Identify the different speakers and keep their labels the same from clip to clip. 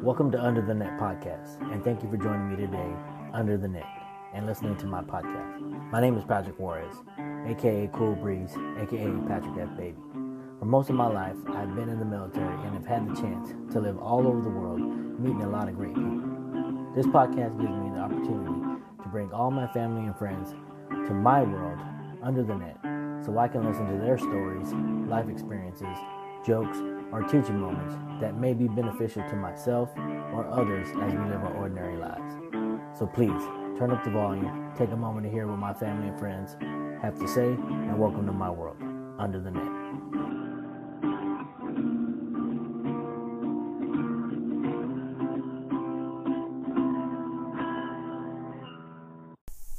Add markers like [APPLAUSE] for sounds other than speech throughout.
Speaker 1: Welcome to Under the Net Podcast, and thank you for joining me today, Under the Net, and listening to my podcast. My name is Patrick Juarez, aka Cool Breeze, aka Patrick F. Baby. For most of my life, I've been in the military and have had the chance to live all over the world, meeting a lot of great people. This podcast gives me the opportunity to bring all my family and friends to my world, Under the Net, so I can listen to their stories, life experiences, jokes, or teaching moments that may be beneficial to myself or others as we live our ordinary lives. So please turn up the volume, take a moment to hear what my family and friends have to say, and welcome to my world under the net.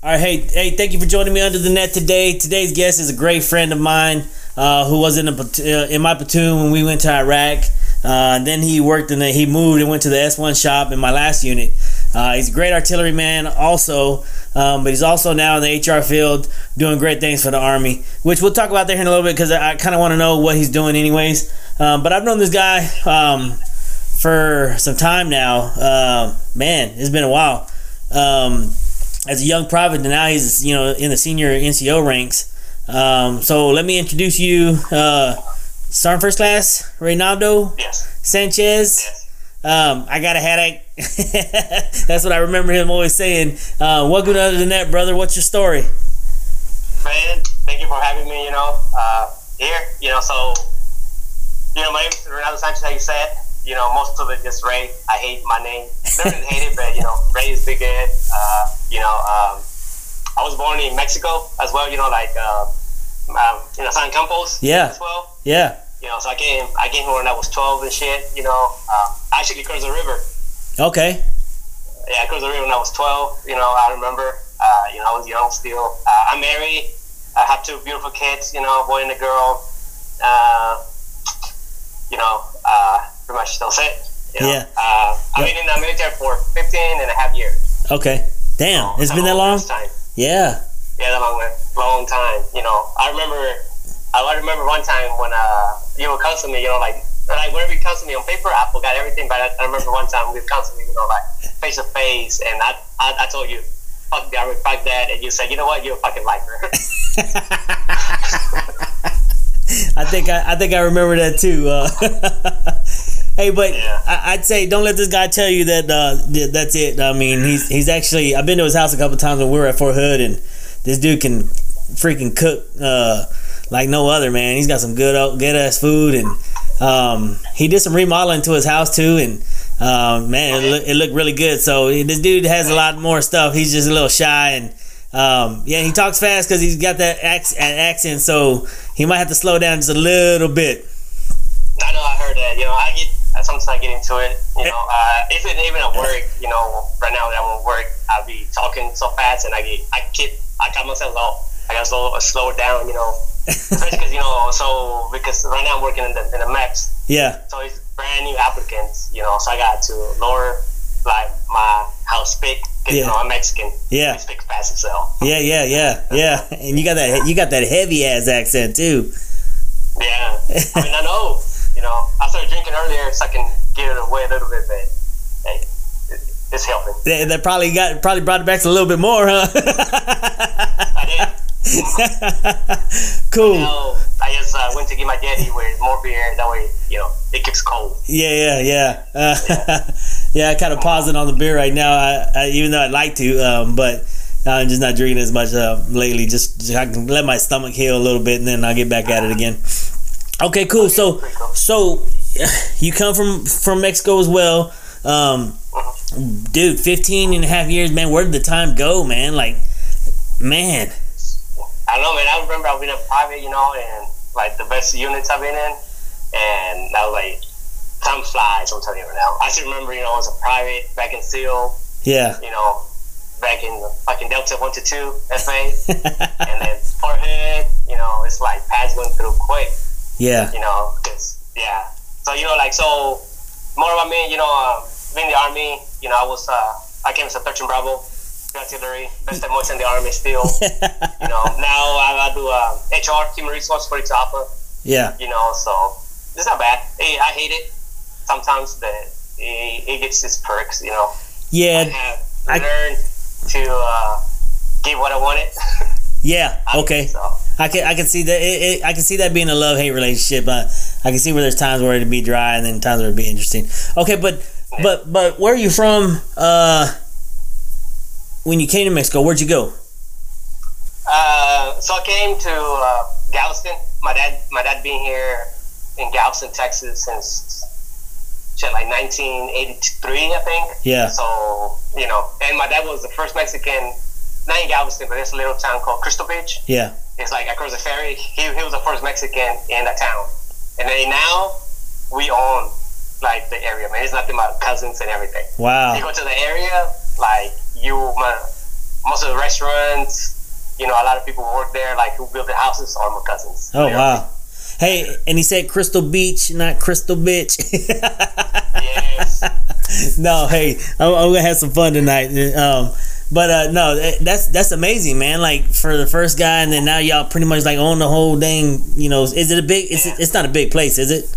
Speaker 2: All right, hey, hey, thank you for joining me under the net today. Today's guest is a great friend of mine uh, who was in a, pat- uh, in my platoon when we went to Iraq. Uh, then he worked in the, he moved and went to the S1 shop in my last unit. Uh, he's a great artillery man, also, um, but he's also now in the HR field doing great things for the Army, which we'll talk about there in a little bit because I, I kind of want to know what he's doing, anyways. Um, but I've known this guy um, for some time now. Uh, man, it's been a while. Um, as a young private, and now he's you know in the senior NCO ranks. Um, so let me introduce you, uh, Sergeant First Class Reynaldo
Speaker 3: Yes.
Speaker 2: Sanchez.
Speaker 3: Yes.
Speaker 2: Um, I got a headache. [LAUGHS] That's what I remember him always saying. Uh, welcome to Other Than That, brother. What's your story?
Speaker 3: Man, thank you for having me, you know, uh, here. You know, so, you know, my name is Ronaldo Sanchez, like you said. You know, most of it is Ray. I hate my name. Don't really hate it, but, you know, Ray is big head. Uh, you know, um, I was born in Mexico as well, you know, like, uh, um, you know, San Campos
Speaker 2: Yeah.
Speaker 3: as well.
Speaker 2: Yeah.
Speaker 3: You know, so I came, I came here when I was 12 and shit, you know. Uh, I actually crossed the river.
Speaker 2: Okay.
Speaker 3: yeah, I crossed the river when I was 12. You know, I remember, uh, you know, I was young still. Uh, I'm married. I have two beautiful kids, you know, a boy and a girl. Uh, you know, uh, pretty much that's it. You know?
Speaker 2: Yeah.
Speaker 3: Uh, I've
Speaker 2: Yeah.
Speaker 3: been in the military for 15 and a half years.
Speaker 2: Okay. Damn. It's been
Speaker 3: Not a
Speaker 2: that long.
Speaker 3: ass Time.
Speaker 2: Yeah.
Speaker 3: Yeah, that long, long time. You know, I remember, I remember one time when uh, you were counseling me. You know, like like whenever you counseled me on paper, I forgot everything. But I, I remember one time we counseled me. You know, like face to face, and I, I I told you, fuck that, fuck that, and you said, you know what, you're a fucking [LAUGHS] lifer.
Speaker 2: [LAUGHS] I think I, I think I remember that too. Uh, [LAUGHS] hey, but
Speaker 3: Yeah.
Speaker 2: I, I'd say don't let this guy tell you that uh, th- that's it. I mean, he's he's actually I've been to his house a couple times when we were at Fort Hood, and this dude can freaking cook uh, like no other man. He's got some good o- good ass food, and um, he did some remodeling to his house too, and. Um, man, it, look, it looked really good. So this dude has a lot more stuff. He's just a little shy, and um, yeah, he talks fast because he's got that ac- accent. So he might have to slow down just a little bit.
Speaker 3: I know I heard that. You know, I get I sometimes I get into it. You know, uh, if it even at work, you know, right now that I'm at work, I'll be talking so fast and I get I keep I got myself off. I got slow slow it down.
Speaker 2: [LAUGHS]
Speaker 3: You know, especially because you know so because right now I'm working in the in the maps,
Speaker 2: Yeah.
Speaker 3: so it's brand new applicants. You know, so I got to lower like my how I speak. 'cause,
Speaker 2: Yeah.
Speaker 3: You know, I'm Mexican. I
Speaker 2: Yeah,
Speaker 3: speak fast as hell.
Speaker 2: yeah, yeah, yeah, yeah, and you got that you got that heavy ass accent too.
Speaker 3: Yeah, I mean I know. You know, I started drinking earlier, so I can get it away a little bit, but hey, it, it's helping.
Speaker 2: That, that probably got probably brought it back a little bit more, huh?
Speaker 3: I did.
Speaker 2: [LAUGHS] cool.
Speaker 3: No, I just uh, went to get my daddy with more beer. That way, you know, it keeps cold.
Speaker 2: Yeah, yeah, yeah. Uh, [LAUGHS] yeah, I kind of pausing on the beer right now. I, I even though I'd like to, um, but I'm just not drinking as much uh, lately. Just, just I can let my stomach heal a little bit, and then I'll get back at it again. Okay, cool. So,
Speaker 3: Pretty cool.
Speaker 2: so [LAUGHS] you come from from Mexico as well, um, dude. 15 and a half years, man. Where did the time go, man? Like, man.
Speaker 3: I know, man. I remember I've been in private, you know, and like the best units I've been in, and I was like, time flies. I'm telling you right now. I still remember, you know, I was a private back in SEAL,
Speaker 2: Yeah. [LAUGHS]
Speaker 3: you know, back in the fucking Delta One to Two FA, and then Fort Hood. You know, it's like pads went through quick.
Speaker 2: yeah. [LAUGHS]
Speaker 3: you know, 'cause- yeah. So you know, like so, more about me, you know, uh, being in the army, you know, I was uh, I came as a 13 Bravo artillery, best emotion in the army still.
Speaker 2: [LAUGHS]
Speaker 3: you know, now I, I do uh, HR, human resource for example.
Speaker 2: Yeah.
Speaker 3: You know, so it's not bad. Hey, I hate it sometimes, but it, it gets its perks, you know. I
Speaker 2: Yeah.
Speaker 3: have
Speaker 2: I-
Speaker 3: learned to uh, get what I wanted.
Speaker 2: Yeah. Okay.
Speaker 3: [LAUGHS] So
Speaker 2: I can I can see that it, it, I can see that being a love hate relationship. Uh, I can see where there's times where it'd be dry and then times where it'd be interesting. Okay, but but but where are you from? Uh, when you came to Mexico, where'd you go?
Speaker 3: Uh, so I came to uh, Galveston. My dad, my dad, being here in Galveston, Texas, since shit like 1983, I think.
Speaker 2: Yeah.
Speaker 3: So you know, and my dad was the first Mexican, not in Galveston, but this little town called Crystal Beach.
Speaker 2: Yeah.
Speaker 3: It's like across the ferry. He, he was the first Mexican in that town, and then now we own like the area. Man, it's nothing but cousins and everything you
Speaker 2: Wow.
Speaker 3: go to the area, like you, my, most of the restaurants, you know, a lot of people work there, like who build the houses are my cousins.
Speaker 2: Oh
Speaker 3: You know?
Speaker 2: wow. Hey, and he said Crystal Beach, not Crystal Bitch. [LAUGHS]
Speaker 3: Yes.
Speaker 2: no, hey, I'm, I'm gonna have some fun tonight. Um, but uh, no, that- that's that's amazing, man. Like for the first guy, and then now y'all pretty much like own the whole thing. You know, is it a big? It's
Speaker 3: Yeah.
Speaker 2: it's not a big place, is it?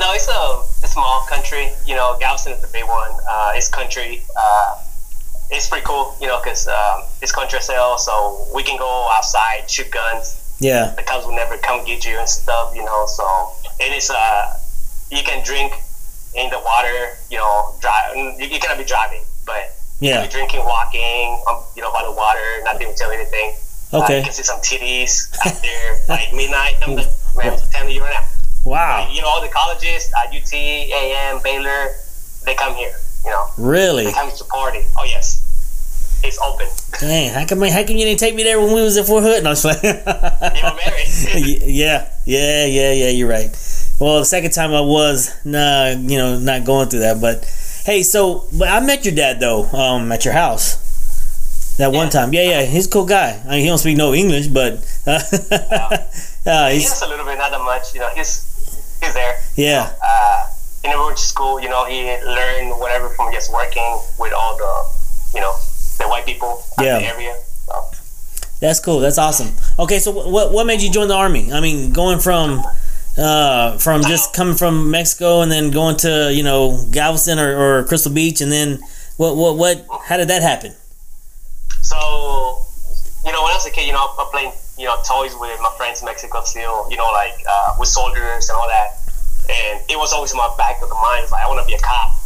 Speaker 3: no, it's a, a small country. You know, Galveston is the big one. Uh, it's country. Uh, it's pretty cool, you know, because um, it's country sale, so we can go outside, shoot guns.
Speaker 2: Yeah,
Speaker 3: The cops will never come get you and stuff, you know. So and it's uh, you can drink in the water, you know, drive. You, you cannot be driving, but
Speaker 2: yeah.
Speaker 3: You're drinking, walking, um, you know, by the water, not doing tell anything. Uh,
Speaker 2: Okay.
Speaker 3: you can see
Speaker 2: [LAUGHS]
Speaker 3: some titties out there like midnight. I'm like, man, what time do you run out?
Speaker 2: Wow,
Speaker 3: You know, all the colleges, uh, UT, AM, Baylor, they come here. You know,
Speaker 2: really?
Speaker 3: they come to party. Oh yes, it's open.
Speaker 2: Dang, how come how come you didn't take me there when we was at Fort Hood? No, I'm just playing. [LAUGHS]
Speaker 3: You were married.
Speaker 2: Y- yeah, yeah, yeah, yeah. You're right. Well, the second time I was, nah, you know, not going through that. But hey, so but I met your dad though, um, at your house that one
Speaker 3: Yeah.
Speaker 2: time. Yeah, yeah, he's a cool guy. I mean, he don't speak no English, but [LAUGHS] uh, [LAUGHS] uh,
Speaker 3: He
Speaker 2: he's
Speaker 3: has a little bit, not that much. You know, he's he's there.
Speaker 2: yeah,
Speaker 3: Uh, he never went to school. You know, he learned whatever from just working with all the, you know, the white people out
Speaker 2: Yeah.
Speaker 3: the area. So.
Speaker 2: that's cool. That's awesome. Okay, so wh- what what made you join the army? I mean, going from uh, from just coming from Mexico and then going to you know Galveston or, or Crystal Beach and then what what what? How did that happen?
Speaker 3: So, you know, when I was a kid, you know, I played, you know, toys with my friends in Mexico still, you know, like uh, with soldiers and all that. And it was always in my back of the mind. It's like, I want to be a cop.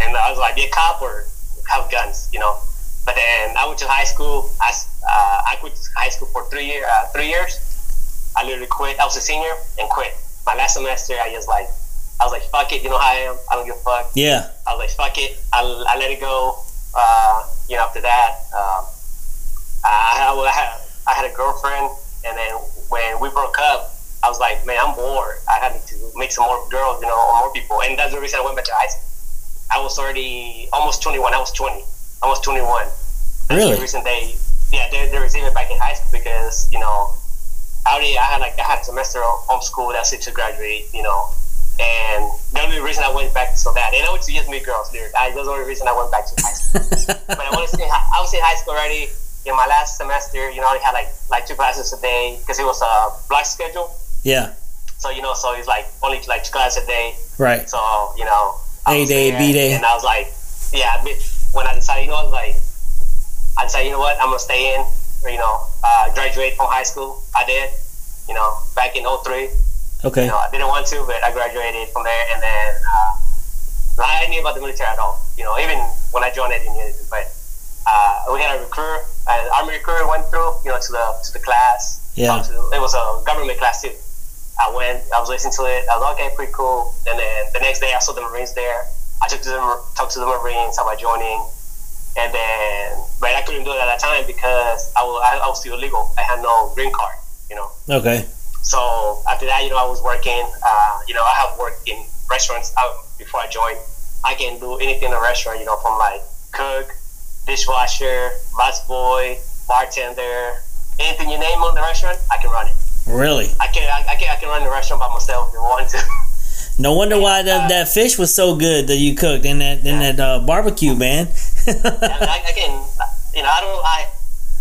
Speaker 3: And I was like, be a cop or have guns, you know. But then I went to high school. I, s- uh, I quit high school for three, year, uh, three years. I literally quit. I was a senior and quit. My last semester, I just like, I was like, fuck it. You know how I am. I don't give a fuck.
Speaker 2: Yeah. [LAUGHS]
Speaker 3: I was like, fuck it. I, I let it go. Uh, you know, after that, um, I, I, had, I had a girlfriend, and then when we broke up, I was like, man, I'm bored. I had to make some more girls, you know, or more people. And that's the reason I went back to high school. I was already almost 21. I was 20. I was 21. That's
Speaker 2: Really?
Speaker 3: the reason they, yeah, they, they received it back in high school because, you know, I already I had like I had a semester of homeschool. That's it to graduate, you know. And the only reason I went back to that, and I went to just meet girls. Dude, I, that's the only reason I went back to high school. but I want to say I was in high school already. In my last semester, you know, I had like like two classes a day because it was a block schedule.
Speaker 2: Yeah,
Speaker 3: So you know, so it's like only like two classes a day.
Speaker 2: right.
Speaker 3: So you know,
Speaker 2: A
Speaker 3: I was
Speaker 2: day,
Speaker 3: there,
Speaker 2: B day.
Speaker 3: and I was like, yeah. I mean, When I decided, you know, I was like, I decided, you know what, I'm gonna stay in. Or, you know, uh, graduate from high school. I did. You know, back in 03.
Speaker 2: Okay.
Speaker 3: You know, I didn't want to, but I graduated from there, and then uh, I didn't knew about the military at all. You know, even when I joined, I didn't know anything. But uh, we had a recruiter, an army recruiter went through, you know, to the to the class.
Speaker 2: Yeah.
Speaker 3: Talked to- it was a government class too. I went, I was listening to it. I was like, okay, pretty cool. And then the next day, I saw the Marines there. I took to the talked to the Marines about joining, and then but I couldn't do it at that time because I was I, I was still illegal. I had no green card, you know.
Speaker 2: Okay.
Speaker 3: So after that, you know, I was working. Uh, you know, I have worked in restaurants uh, before I joined. I can do anything in a restaurant. You know, from like cook, dishwasher, busboy, bartender, anything you name on the restaurant, I can run it.
Speaker 2: Really?
Speaker 3: I can I, I can I can run the restaurant by myself if I want to. [LAUGHS]
Speaker 2: No wonder why that, that fish was so good that you cooked and that and that uh, barbecue, man. [LAUGHS]
Speaker 3: I, I, I can, you know, I don't. I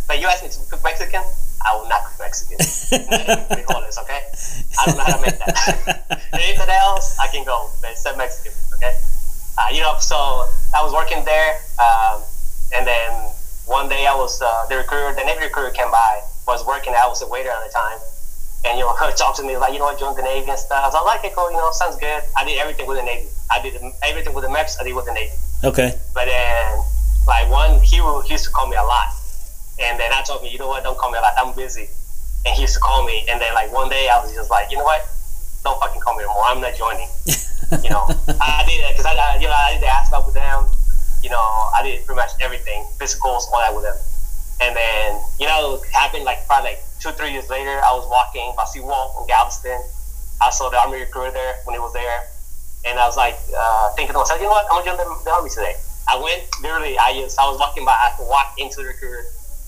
Speaker 3: but you asked me to cook Mexican. I will not cook Mexican. Not even pretty honest, okay? I don't know how to make that. Anything else, I can go. But except Mexican, okay? uh, you know, so I was working there, um, and then one day I was uh, the recruiter, the Navy recruiter came by, was working. I was a waiter at the time, and you know, [LAUGHS] talked to me like, you know, I joined the Navy and stuff. I was like, okay, cool, you know, sounds good. I did everything with the Navy. I did everything with the MEPS. I did with the Navy.
Speaker 2: Okay.
Speaker 3: But then, like one, he, would- he used to call me a lot, and then I told me, you know what, don't call me a lot. I'm busy. And he used to call me, and then like one day I was just like, you know what, don't fucking call me anymore. I'm not joining. you know, I did because I, I, you know, I did the asphalt with them. You know, I did pretty much everything, physicals, all that with them. And then, you know, it happened like probably like two, three years later. I was walking by Seawall in Galveston. I saw the Army recruiter there when he was there, and I was like uh, thinking to myself, you know what, I'm gonna join the, the Army today. I went literally. I just I was walking by. I walked into the recruiter,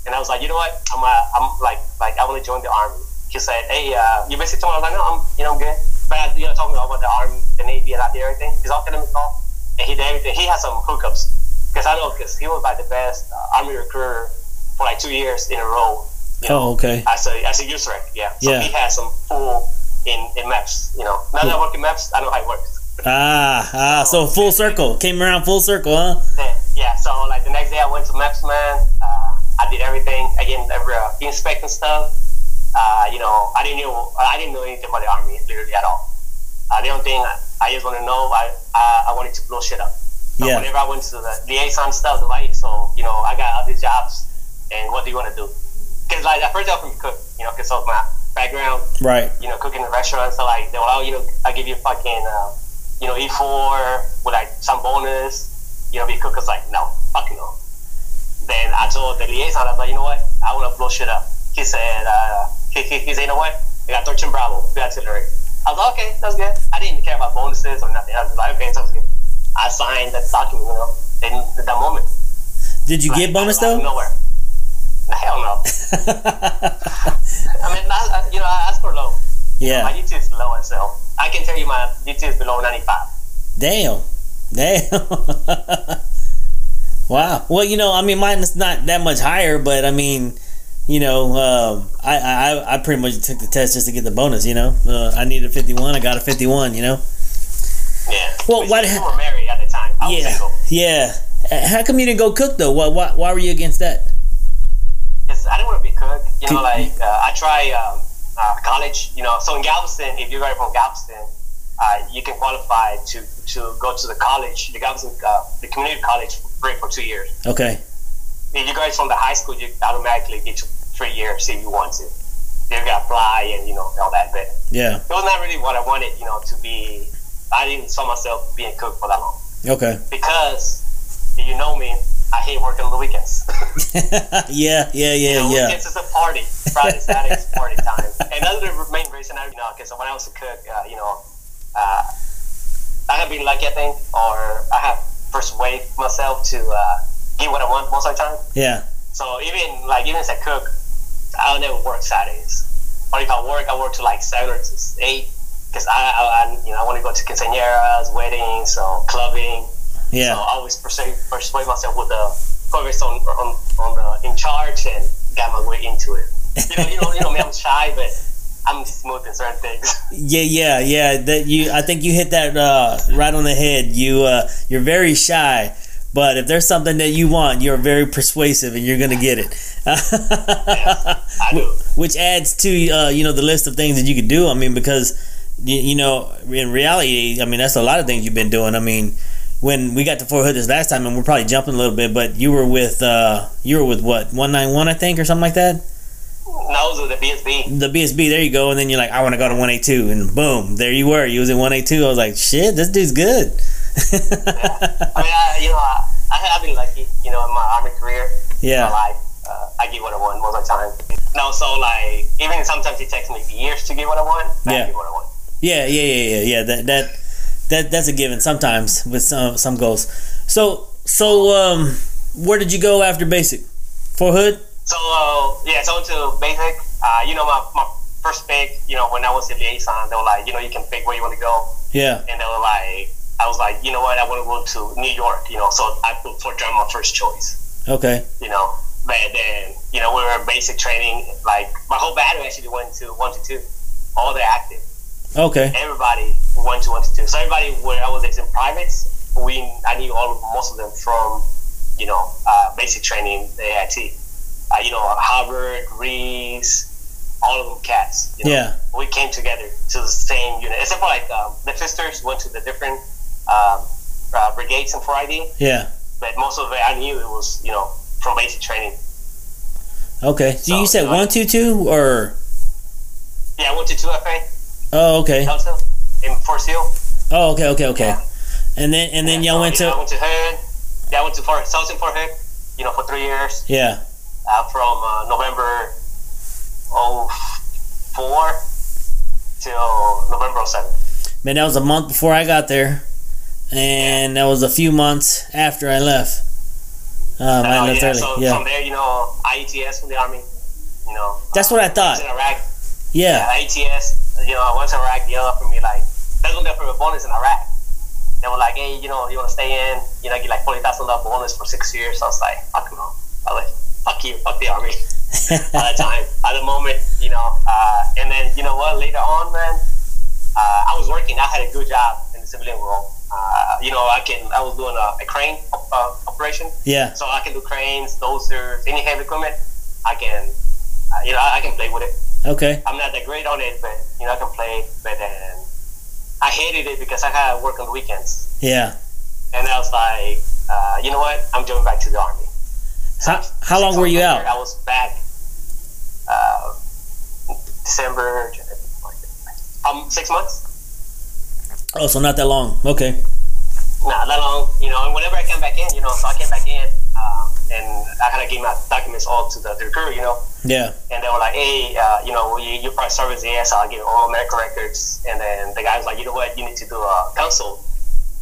Speaker 3: and I was like, you know what, I'm uh, I'm like like I want to join the Army. He said, hey, uh, you basically told me I was like, no, I'm you know I'm good. But I, you know, talking about the Army, the Navy, and I did everything. He's all academic call, and he did everything. He had some hookups because I know because he was like the best uh, Army recruiter for like two years in a row. You know,
Speaker 2: Oh, okay.
Speaker 3: as a as a user, yeah. So
Speaker 2: Yeah.
Speaker 3: he has some pool in, in maps, you know. Now that I work in maps, I know how it works.
Speaker 2: Ah, ah. So full circle. Came around full circle, huh?
Speaker 3: Then, yeah, so like the next day I went to maps man, uh, I did everything again, every uh, inspecting stuff. Uh, you know, I didn't know I didn't know anything about the army literally at all. Uh, the only thing I, I just want to know, I, I I wanted to blow shit up. So
Speaker 2: Yeah.
Speaker 3: whenever I went to the liaison stuff, like so, you know, I got other jobs, and what do you want to do? Because like at first I was going to cook, you know, because of my background.
Speaker 2: Right.
Speaker 3: you know, cooking in restaurants. So like, they'll oh, you know, I give you fucking, uh, you know, E four with like some bonus. You know, the cook was like, no, fuck no. Then I told the liaison, I was like, you know what, I want to blow shit up. He said, uh, he, he, he said, you know what, I got 13 Bravo, the artillery. I was like, okay, that's good. I didn't care about bonuses or nothing. I was like, okay, sounds good. I signed that document, you know, in that moment.
Speaker 2: Did you
Speaker 3: Like,
Speaker 2: get bonus
Speaker 3: out of
Speaker 2: though?
Speaker 3: Nowhere. Hell no. I mean, I, I- you know, I asked for low. My
Speaker 2: [LAUGHS] yeah.
Speaker 3: DT is low as hell. I can tell you my DT is below 95.
Speaker 2: Damn. Damn. [LAUGHS] wow. Well, you know, I mean, mine is not that much higher, but I mean, you know, um, I, I I- I pretty much took the test just to get the bonus. You know, uh, I needed a fifty-one. I got a fifty-one. You know.
Speaker 3: Yeah.
Speaker 2: Well,
Speaker 3: But
Speaker 2: what
Speaker 3: You
Speaker 2: hap-
Speaker 3: were married at the time. I was
Speaker 2: Yeah.
Speaker 3: single.
Speaker 2: Yeah. Uh, How come you didn't go cook though? Why why, why were you against that?
Speaker 3: 'Cause I didn't want to be cook. You know,
Speaker 2: Could-
Speaker 3: like uh, I try um, uh, college. You know, so in Galveston, if you're right from Galveston, uh, you can qualify to to go to the college, the Galveston, uh, the community college, for free for two years.
Speaker 2: Okay.
Speaker 3: If you guys from the high school, you automatically get to three years if you want to. They've got to apply and you know all that, but
Speaker 2: Yeah.
Speaker 3: it was not really what I wanted. You know, to be. I didn't saw myself being cook for that long.
Speaker 2: Okay. [LAUGHS]
Speaker 3: because if you know me, I hate working on the weekends.
Speaker 2: yeah. Yeah. [LAUGHS]
Speaker 3: The
Speaker 2: Yeah. Yeah.
Speaker 3: Weekends is a party. Friday, Saturday is party time. And that's the main reason I, you know, because when I was a cook, uh, you know, uh, I have been lucky, I think, or I have persuaded myself to uh, get what I want most of the time.
Speaker 2: Yeah.
Speaker 3: So even like even as a cook, I'll never work Saturdays. Or if I work, I work to like seven or s- eight because I, I, I, you know, I want to go to quinceañeras, weddings, so clubbing. So
Speaker 2: Yeah.
Speaker 3: I always persuade, persuade myself with the focus on, on, on the in charge and got my way into it. You know, you know, you know me, I'm shy, but I'm smooth in certain things. [LAUGHS]
Speaker 2: Yeah. Yeah. Yeah. That you. I think you hit that uh, right on the head. You. Uh, you're very shy, but if there's something that you want, you're very persuasive, and you're gonna get [LAUGHS] it.
Speaker 3: I do.
Speaker 2: which adds to uh, you know the list of things that you could do. I mean, because you, you know in reality, I mean that's a lot of things you've been doing. I mean, when we got to Fort Hood this last time, and we're probably jumping a little bit, but you were with uh, you were with what one nine one I think or something like that.
Speaker 3: Nose of the BSB.
Speaker 2: The BSB, there you go, and then you're like, I want to go to one eight two, and boom, there you were. You was in one eight two. I was like, shit, this dude's good. [LAUGHS]
Speaker 3: I mean, I, you know, I, I, I've been lucky, you know, in my army career. my
Speaker 2: yeah,
Speaker 3: life. Uh, I get what I want most of the time. Now, so like, even sometimes it takes me years to get what I want.
Speaker 2: Yeah.
Speaker 3: I get what I want.
Speaker 2: yeah, yeah, yeah, yeah, yeah. That that that that's a given sometimes with some some goals. So so um, where did you go after basic? Fort Hood.
Speaker 3: So uh, yeah, so to basic, uh, you know, my, my first pick, you know, when I was a liaison, they were like, you know, you can pick where you want to go,
Speaker 2: Yeah.
Speaker 3: and they were like, I was like, you know what, I want to go to New York, you know, so I put Fort Drum my first choice,
Speaker 2: Okay.
Speaker 3: you know, but then you know we were basic training, like my whole battery actually went to one to two, all the active,
Speaker 2: Okay.
Speaker 3: everybody went to one to two, so everybody where I was in privates, we I knew all most of them from you know uh, basic training, the AIT. Uh, you know Harvard, Reese, all of them cats. You know?
Speaker 2: Yeah.
Speaker 3: we came together to the same unit, except for like um, the sisters went to the different um, uh, brigades in 4ID,
Speaker 2: Yeah.
Speaker 3: but most of it I knew it was you know from basic training.
Speaker 2: Okay. So, you
Speaker 3: So,
Speaker 2: said
Speaker 3: uh,
Speaker 2: one two two or
Speaker 3: Yeah, I went to two FA
Speaker 2: oh okay
Speaker 3: also in Forest Hill.
Speaker 2: oh okay okay okay,
Speaker 3: Yeah.
Speaker 2: and then and then
Speaker 3: Yeah,
Speaker 2: y'all
Speaker 3: so,
Speaker 2: went
Speaker 3: you know, I
Speaker 2: to
Speaker 3: went to Hood. Yeah, I went to Fort Southern Fort Hood. You know, for three years
Speaker 2: yeah
Speaker 3: uh, from uh, November 04 till November 07.
Speaker 2: man that was a month before I got there, and that was a few months after I left. Um, I
Speaker 3: Oh,
Speaker 2: left
Speaker 3: yeah,
Speaker 2: early.
Speaker 3: so
Speaker 2: yeah.
Speaker 3: from there, you know, IETS from the army. You know,
Speaker 2: That's what I
Speaker 3: I was
Speaker 2: thought.
Speaker 3: in Iraq.
Speaker 2: Yeah.
Speaker 3: Yeah, IETS. You know, I was in Iraq. They offered me like that's when they offered me a bonus in Iraq. They were like, hey, you know, you want to stay in? You know, get like forty thousand dollar bonus for six years. I was like, fuck no. I was like, fuck you, fuck the army. at the time, at the moment, you know. Uh, and then you know what? Later on, man, uh, I was working. I had a good job in the civilian world. Uh, you know, I can. I was doing a, a crane op- uh, operation,
Speaker 2: [LAUGHS] yeah.
Speaker 3: so I can do cranes, dozers, any heavy equipment. I can, uh, you know, I, I can play with it.
Speaker 2: Okay.
Speaker 3: I'm not that great on it, but you know, I can play. But then I hated it because I had to work on the weekends,
Speaker 2: Yeah.
Speaker 3: and I was like, uh, you know what? I'm going back to the army.
Speaker 2: How, how long
Speaker 3: Six
Speaker 2: were you
Speaker 3: months later,
Speaker 2: out?
Speaker 3: I was back uh, December. Um, six months?
Speaker 2: Oh, so not that long. Okay.
Speaker 3: Nah, that long. You know, and whenever I came back in, you know, so I came back in, um, and I had to give my documents all to the, the recruiter, you know,
Speaker 2: Yeah.
Speaker 3: and they were like, hey, uh, you know, you, you probably serve as the AS, I'll give you all medical records, and then the guy was like, you know what, you need to do a consult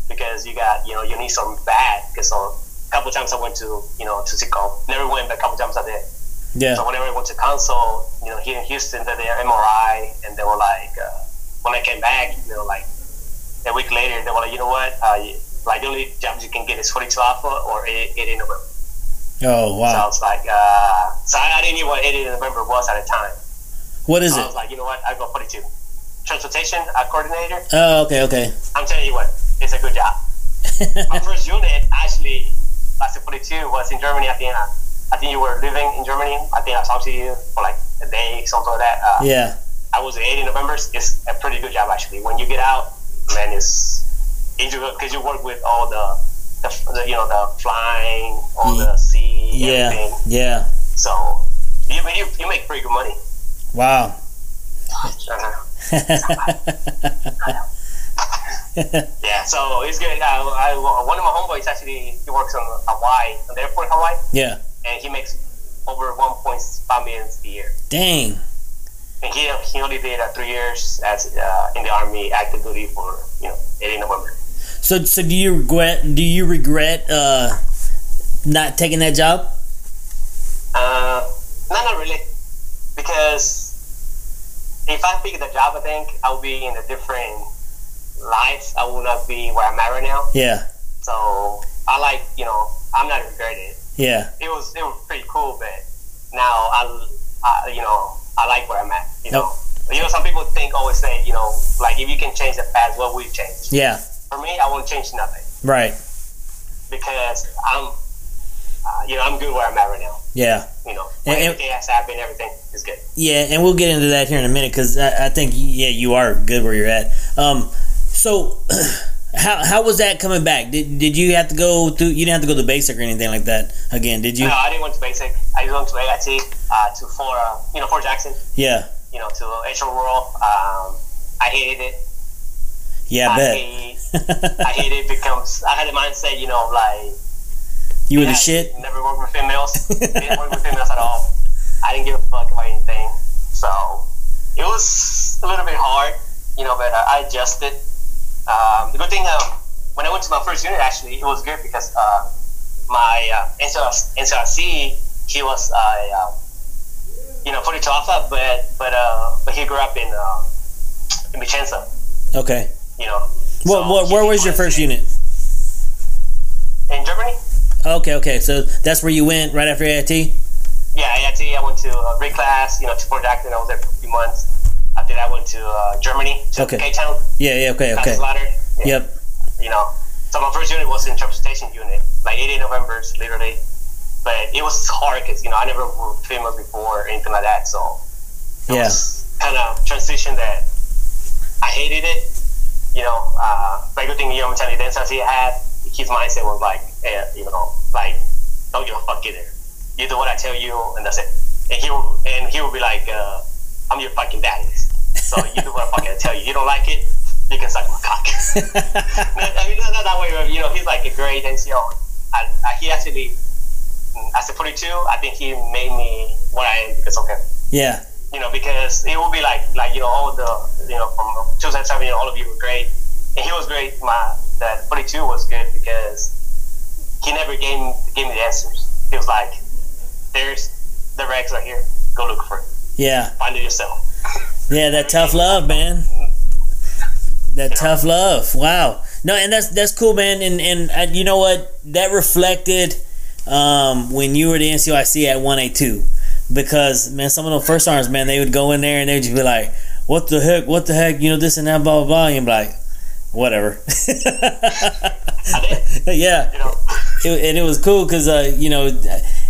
Speaker 3: because you got, you know, you need something bad because a uh, couple times I went to, you know, to Zico, never went, but a couple times I did. So
Speaker 2: Yeah.
Speaker 3: whenever I went to console, you know, here in Houston, they did an MRI, and they were like, uh, when I came back, you know, like a week later, they were like, you know what, uh, you, like the only jobs you can get is 42 alpha or 8, 8 in November.
Speaker 2: Oh
Speaker 3: So I
Speaker 2: wow.
Speaker 3: was like, uh, so I, I didn't even know what 8 in November was at the time.
Speaker 2: What is
Speaker 3: So um, I
Speaker 2: it?
Speaker 3: was like, you know what, I go 42. Transportation uh, coordinator,
Speaker 2: Oh, okay. Okay. [LAUGHS]
Speaker 3: I'm telling you what, it's a good job. My first unit, actually, last year 42, was in Germany, Athena. I think you were living in Germany. I think I talked to you for like a day, something like that. Uh,
Speaker 2: yeah.
Speaker 3: I was at 80 November. It's a pretty good job actually. When you get out, man, it's because you work with all the, the, the you know the flying, all the sea,
Speaker 2: Mm. Yeah.
Speaker 3: everything.
Speaker 2: Yeah.
Speaker 3: So you, you, you make pretty good
Speaker 2: [LAUGHS]
Speaker 3: money.
Speaker 2: Wow.
Speaker 3: Uh-huh. Yeah, so it's good. I, I, one of my homeboys actually he works on Hawaii, on the airport in Hawaii,
Speaker 2: yeah.
Speaker 3: and he makes over 1.5 million a year.
Speaker 2: Dang.
Speaker 3: And he, he only did uh, three years as uh, in the army, active duty for you know 80 November.
Speaker 2: So so do you regret do you regret uh not taking that job?
Speaker 3: Uh, no, not really. Because if I pick the job, I think I'll be in a different life. I will not be where I'm at right now.
Speaker 2: Yeah.
Speaker 3: So I like, you know, I'm not regretting it.
Speaker 2: Yeah.
Speaker 3: It was, it was pretty cool, but now I, I you know, I like where I'm at. You
Speaker 2: Nope.
Speaker 3: know, you know, some people think always say, you know, like if you can change the past, what will you change?
Speaker 2: Yeah.
Speaker 3: For me, I won't change nothing
Speaker 2: Right.
Speaker 3: because I'm, uh, you know, I'm good where I'm at right now.
Speaker 2: Yeah.
Speaker 3: You know,
Speaker 2: And- and-
Speaker 3: everything has happened, everything is good.
Speaker 2: Yeah, and we'll get into that here in a minute because I, I think yeah, you are good where you're at. Um, so [CLEARS THROAT] how how was that coming back? Did did you have to go through? You didn't have to go to basic or anything like that again, did you?
Speaker 3: No, I didn't want to basic. I just went to AIT, uh, to for uh, you know for Jackson,
Speaker 2: Yeah,
Speaker 3: you know to HR World. Um, I hated it.
Speaker 2: yeah, I
Speaker 3: hate,
Speaker 2: [LAUGHS]
Speaker 3: I hated it because I had the mindset, you know, like
Speaker 2: bet you were
Speaker 3: yeah,
Speaker 2: the shit.
Speaker 3: Never worked with
Speaker 2: [LAUGHS]
Speaker 3: females. didn't work with females at all. I didn't give a fuck about anything. So it was a little bit hard, you know, but uh, I adjusted. Um, the good thing, um, when I went to my first unit, actually, it was good because uh, my uh, NCR NCRC, he was, uh, uh, you know, 42 Alpha, but but uh, but he grew up in uh, in Vicenza,
Speaker 2: Okay.
Speaker 3: you know.
Speaker 2: Well,
Speaker 3: So
Speaker 2: what,
Speaker 3: he
Speaker 2: where
Speaker 3: did
Speaker 2: was your
Speaker 3: one
Speaker 2: first
Speaker 3: thing.
Speaker 2: unit?
Speaker 3: In Germany?
Speaker 2: Okay, okay. So that's where you went right after AIT.
Speaker 3: Yeah, AIT. I went to uh, reclass, you know, to Port Jackson. I was there for a few months. After that, I went to uh, Germany, to
Speaker 2: Okay.
Speaker 3: K Town,
Speaker 2: Yeah, yeah. Okay, okay.
Speaker 3: Kaiserslautern. Yeah,
Speaker 2: Yep. [LAUGHS]
Speaker 3: You know, So my first unit was interpretation unit, like 88 November's, literally. But it was hard because you know I never worked females before or anything like that, so it
Speaker 2: Yeah.
Speaker 3: was kind of transition that I hated it. You know, uh, but good thing you know, Charlie dance as he had, his mindset was like, eh, you know, like don't give a fuck either. You do what I tell you, and that's it. And he will, and he will be like, uh, I'm your fucking daddy, so you do what I fucking tell you. You don't like it, you can suck my cock. [LAUGHS] I mean, not, not that way, but you know, he's like a great NCO. I, I, uh, he actually, mm, as a 42, I think he made me what I am because of him.
Speaker 2: Yeah.
Speaker 3: You know, because it would be like, like you know, all the, you know, from 2007, you know, all of you were great. And he was great. My That 42 was good because he never gave, me- gave me the answers. He was like, there's the racks right here. Go look for it.
Speaker 2: Yeah.
Speaker 3: Find it yourself.
Speaker 2: Yeah, that tough love, man. That tough love. Wow. No, and that's that's cool, man. And and uh, you know what? That reflected um, when you were the NCIC at one eight two, because man, some of them first arms, man, they would go in there and they'd just be like, "What the heck? What the heck? You know this and that, blah blah blah." And you'd be like, "Whatever." [LAUGHS] yeah.
Speaker 3: You know, [LAUGHS]
Speaker 2: it, and it was cool because uh, you know,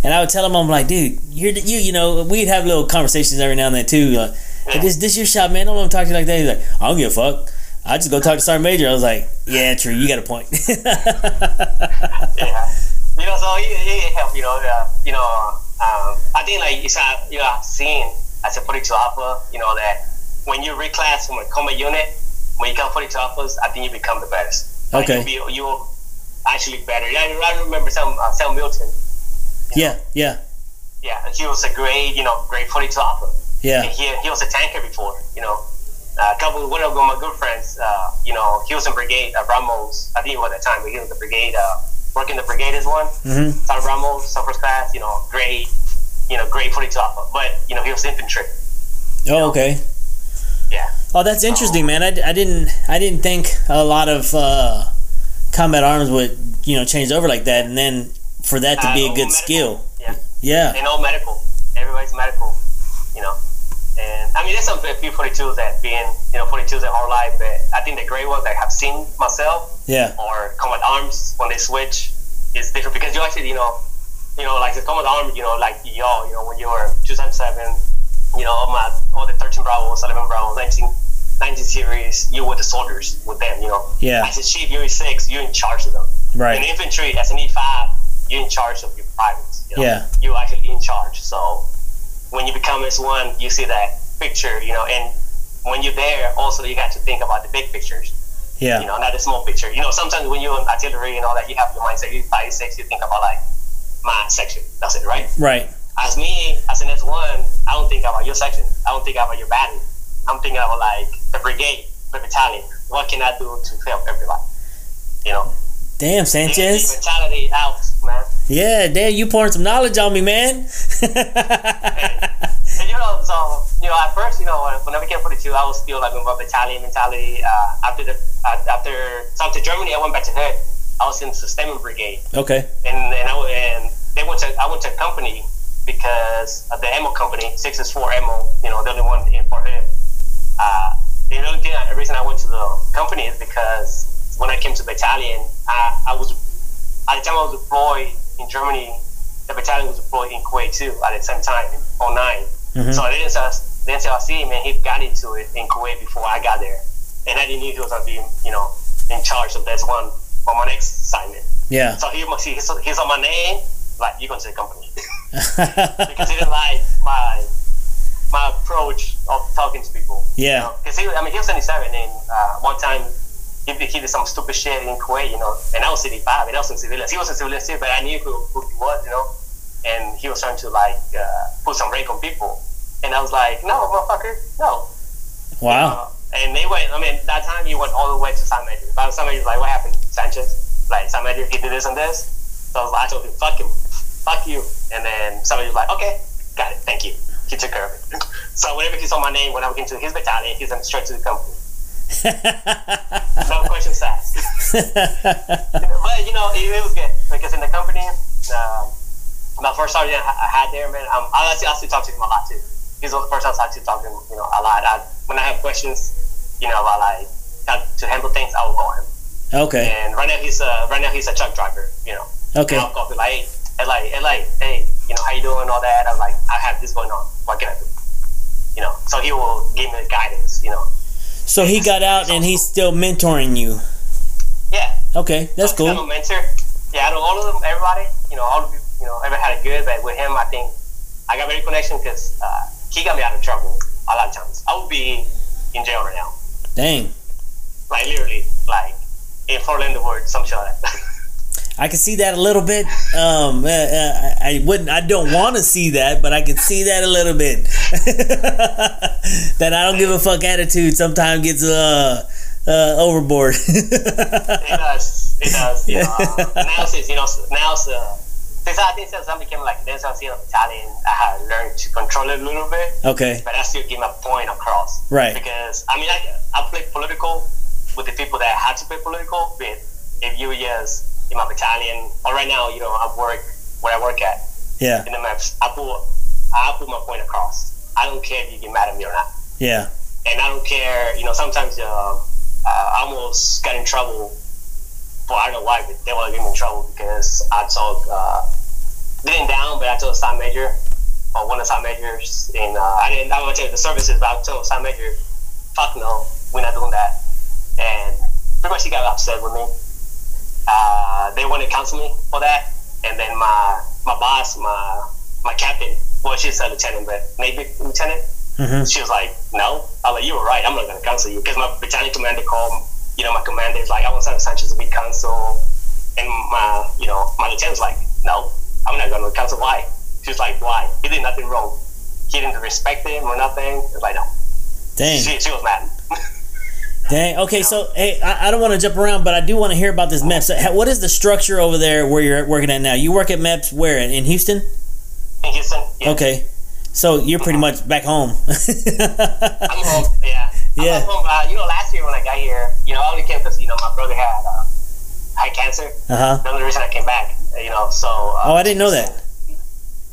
Speaker 2: and I would tell him I'm like, dude, you're the- you you know, we'd have little conversations every now and then too. Like, hey, this this your shop, man. Don't let him talk to you like that. He's like, I don't give a fuck. I just go talk to Sergeant Major. I was like, yeah, true. You got a point. [LAUGHS]
Speaker 3: yeah. You know, so it, it helped, you know, uh, you know, um, I think like it's uh, you know, I've seen as a 42 alpha, you know, that when you reclass from a combat unit, when you come 42 alphas, I think you become the best. Like,
Speaker 2: Okay.
Speaker 3: You'll, be, you'll actually better. Yeah, I remember some, uh, Sam Milton.
Speaker 2: yeah, yeah,
Speaker 3: Yeah, he was a great, you know, great 42 alpha.
Speaker 2: yeah,
Speaker 3: He, he was a tanker before, you know. Uh, A couple, one of my good friends, uh, you know, he was in brigade uh, Ramos. I think it was at the time, but he was in the brigade, uh, working the brigade is one.
Speaker 2: Mhm.
Speaker 3: Tyler Ramos, so first class, you know, great, you know, great footy top. But you know, he was infantry.
Speaker 2: Oh, okay.
Speaker 3: Yeah,
Speaker 2: Oh, that's interesting, man. I, I didn't I didn't think a lot of uh, combat arms would you know change over like that, and then for that to
Speaker 3: Uh,
Speaker 2: be a
Speaker 3: all
Speaker 2: good
Speaker 3: medical.
Speaker 2: skill.
Speaker 3: Yeah.
Speaker 2: Yeah.
Speaker 3: and all medical. Everybody's medical, you know. And I mean, there's some few 42s that being, you know, 42s their whole life. But I think the great ones that I have seen myself
Speaker 2: Yeah.
Speaker 3: or combat arms when they switch is different because you actually you know you know like the combat arm you know like y'all you know when you were two times seven you know all my all the 13 bravos 11 bravos 19 19 series you were the soldiers with them you know
Speaker 2: Yeah.
Speaker 3: as a chief you're in six you're in charge of them
Speaker 2: Right.
Speaker 3: in infantry as an e5 you're in charge of your privates you know?
Speaker 2: Yeah.
Speaker 3: you're actually in charge so when you become s1 you see that picture you know and when you're there also you got to think about the big pictures you
Speaker 2: Yeah.
Speaker 3: know, not a small picture. You know, sometimes when you're in artillery and all that, you have your mindset, you fight sex, you think about like my section. That's it, right?
Speaker 2: Right.
Speaker 3: As me, as an S1, I don't think about your section. I don't think about your battalion. I'm thinking about like the brigade, the battalion. What can I do to help everybody? You know,
Speaker 2: Damn,
Speaker 3: Take the
Speaker 2: Sanchez.
Speaker 3: mentality out, man.
Speaker 2: Yeah, damn, you pouring some knowledge on me, man. [LAUGHS]
Speaker 3: And you know, so you know, at first, you know, when- when I became 42, I was still like in my battalion mentality. Uh, after the uh, after so after Germany, I went back to hood. I was in sustainment brigade.
Speaker 2: okay.
Speaker 3: and and I and they went to I went to a company because of the ammo company six is four ammo you know the only one in Fort Hood. Uh, the only thing, the reason I went to the company is because when I came to battalion, I, I was at the time I was deployed in Germany. The battalion was deployed in Kuwait too at the same time in 9 So I didn't the NCLC man he got into it in Kuwait before I got there, and I didn't know he was gonna be you know in charge of this one for my next assignment.
Speaker 2: Yeah. [LAUGHS]
Speaker 3: So he must see he's, he's on my name, like you can say company. because he didn't like my my approach of talking to people.
Speaker 2: Yeah.
Speaker 3: Because he, I mean, he was 77, and uh, one time he, did- he did some stupid shit in Kuwait, you know, and I was 85, and I was in civilians. He was in civilians too, but I knew who, who he was, you know, and he was trying to like uh, put some rank on people. And I was like, no, motherfucker, no.
Speaker 2: Wow. [LAUGHS]
Speaker 3: Uh, and they went, I mean, that time you went all the way to San Medio. But San Medio's like, what happened, Sanchez? Like, San Medio, he did this and this. So I, was like, I told him, fuck him, fuck you. And then somebody was like, okay, got it, thank you. He took care of it. [LAUGHS] so whenever he saw my name, when I went into his battalion, he sent straight to the company. No questions asked. but, you know, it, it was good because in the company, um, my first sergeant I I had there, man, um, I actually, I actually talked to him a lot too. He's one of the first times I actually talked to him, you know, a lot. I, when I have questions, you know, about like how to handle things, I will call him.
Speaker 2: Okay.
Speaker 3: And right now he's a right now he's a truck driver. You know.
Speaker 2: Okay.
Speaker 3: And I'll call him like, hey, hey, like, hey, like, hey, you know, how you doing? All that. I'm like, I have this going on. What can I do? You know. So he will give me guidance. You know.
Speaker 2: So he got out and he's still mentoring you.
Speaker 3: Yeah.
Speaker 2: Okay, that's
Speaker 3: I'm
Speaker 2: cool.
Speaker 3: a mentor. Yeah, out of all of them, everybody, you know, all of you, you know, everybody had a good, but with him, I think I got very connection because uh, he got me out of trouble a lot of times. I would be in jail right now,
Speaker 2: Dang.
Speaker 3: like literally, like in Portland, the word, some shit like that. [LAUGHS]
Speaker 2: I can see that a little bit. Um, uh, uh, I wouldn't. I don't want to see that, but I can see that a little bit. [LAUGHS] that I don't give a fuck attitude sometimes gets uh, uh, overboard. [LAUGHS]
Speaker 3: it does, it does. You know, uh, now since you know, now uh, since I think since I became like a dancer, you know, Italian, I had learned to control it a little bit.
Speaker 2: okay,
Speaker 3: but I still get my point across.
Speaker 2: Right.
Speaker 3: Because I mean, I, I play political with the people that had to play political. But if you yes, in my battalion, or right now, you know, I work where I work at
Speaker 2: yeah,
Speaker 3: in the maps. I put I put my point across. I don't care if you get mad at me or not,
Speaker 2: yeah,
Speaker 3: and I don't care. You know, sometimes uh, uh, I almost got in trouble. For I don't know why, but they were getting in trouble because I took uh, didn't down, but I told a side major or one of the side majors, and uh, I didn't. I would tell you the services, but I told side major, "Fuck no, we're not doing that." And pretty much he got upset with me. Uh, they wanted to counsel me for that, and then my my boss, my my captain, well, she's a lieutenant, but maybe lieutenant. She was like, "No," I was like, "You were right. I'm not gonna counsel you because my battalion commander called. You know, my commander is like, I want Santa Sanchez to be counsel, and my you know my lieutenant's like, "No, I'm not gonna counsel. Why?" She's like, "Why? He did nothing wrong. He didn't respect him or nothing." It's like, "No."
Speaker 2: dang.
Speaker 3: She, she was mad.
Speaker 2: Dang. Okay. So, hey, I, I don't want to jump around, but I do want to hear about this MEPS. So, ha- what is the structure over there where you're working at now? You work at MEPS where in in Houston?
Speaker 3: In Houston, yeah.
Speaker 2: Okay. So you're pretty much back home. [LAUGHS] Uh-huh.
Speaker 3: I'm home. Yeah.
Speaker 2: Yeah.
Speaker 3: I'm home. Uh, you know, last year when I got here, you know, I only came because you know my brother had uh, had cancer.
Speaker 2: uh huh.
Speaker 3: The only reason I came back, you know, so. Uh,
Speaker 2: Oh, I didn't know that.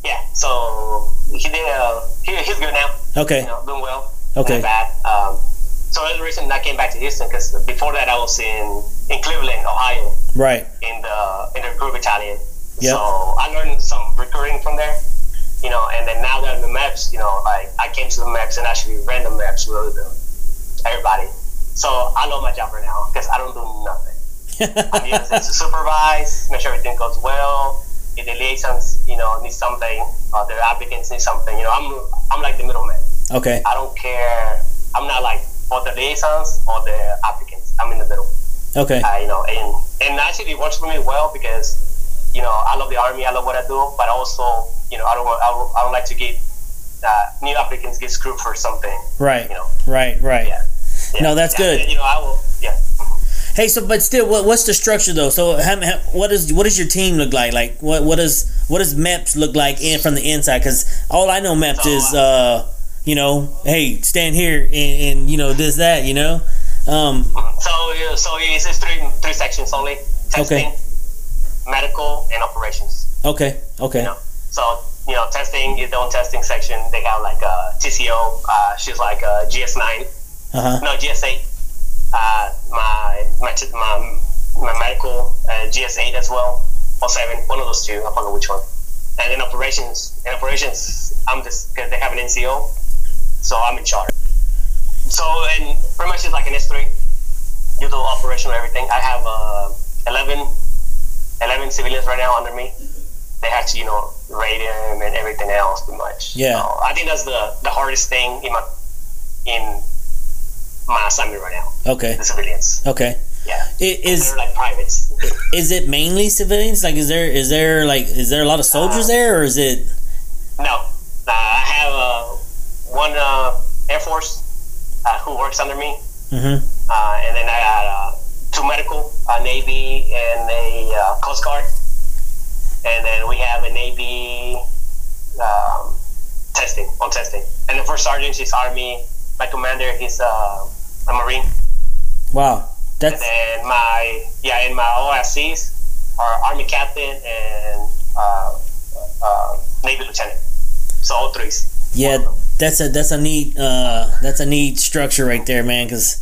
Speaker 3: Yeah, so he did. Uh, he, he's good now.
Speaker 2: Okay.
Speaker 3: You know, doing well.
Speaker 2: Okay.
Speaker 3: Not bad. Um, so that's the reason I came back to Houston because before that I was in in Cleveland, Ohio,
Speaker 2: Right. [LAUGHS]
Speaker 3: in the in the recruit battalion.
Speaker 2: Yep.
Speaker 3: So I learned some recruiting from there, you know. And then now that I'm in maps, you know, like I came to the maps and actually ran the maps with them, everybody. So I love my job right now because I don't do nothing. I'm here to supervise, make sure everything goes well. If the liaisons, you know, need something, or the applicants need something, you know, I'm I'm like the middleman.
Speaker 2: Okay.
Speaker 3: I don't care. I'm not like for the liaisons or the applicants. I'm in the middle.
Speaker 2: Okay.
Speaker 3: Uh, you know, and and actually it works for me well because you know I love the army, I love what I do, but also you know I don't want, I don't, I don't like to get uh, new applicants get screwed for something.
Speaker 2: Right.
Speaker 3: You know,
Speaker 2: Right. Right.
Speaker 3: yeah. yeah.
Speaker 2: No, that's
Speaker 3: Yeah,
Speaker 2: good.
Speaker 3: You know, I will. Yeah. Mm-hmm.
Speaker 2: Hey, so but still, what, what's the structure though? So, how, how, what is what does your team look like? Like, what what does what does MEPS look like in from the inside? Because all I know MEPS
Speaker 3: So,
Speaker 2: is, uh, you know, hey, stand here and, and you know this that you know. Um,
Speaker 3: So uh, so it's it's three three sections only:
Speaker 2: Okay.
Speaker 3: testing, medical, and operations.
Speaker 2: okay. Okay.
Speaker 3: know. So you know, testing is their own testing section. They have like a TCO. Uh, she's like a GS9,
Speaker 2: Uh huh.
Speaker 3: no GS8. Uh, my my t- my my medical uh, GS8 as well, or seven, one of those two. I forgot which one. And in operations, in operations, I'm just because they have an NCO, so I'm in charge. So and pretty much it's like an S3. You do operational everything. I have uh, 11, 11 civilians right now under me. They had to, you know, raid him and everything else, pretty much.
Speaker 2: Yeah.
Speaker 3: So I think that's the, the hardest thing in my in my assignment right now.
Speaker 2: Okay.
Speaker 3: The civilians.
Speaker 2: Okay.
Speaker 3: Yeah.
Speaker 2: It is
Speaker 3: They're like privates.
Speaker 2: is it mainly civilians? Like, is there is there like is there a lot of soldiers
Speaker 3: Uh,
Speaker 2: there, or is it
Speaker 3: No, uh, I have uh, one uh, Air Force uh, who works under me,
Speaker 2: Mhm.
Speaker 3: uh, and then I got uh, two medical, a Navy and a uh, Coast Guard, and then we have a Navy um, testing on testing, and the first sergeant she's Army. My commander he's uh, a Marine,
Speaker 2: wow?
Speaker 3: and
Speaker 2: That's
Speaker 3: then my yeah, and my OFCs are Army Captain and uh, uh, Navy Lieutenant. So all threes.
Speaker 2: Yeah, that's a that's a neat uh, that's a neat structure right there, man. Because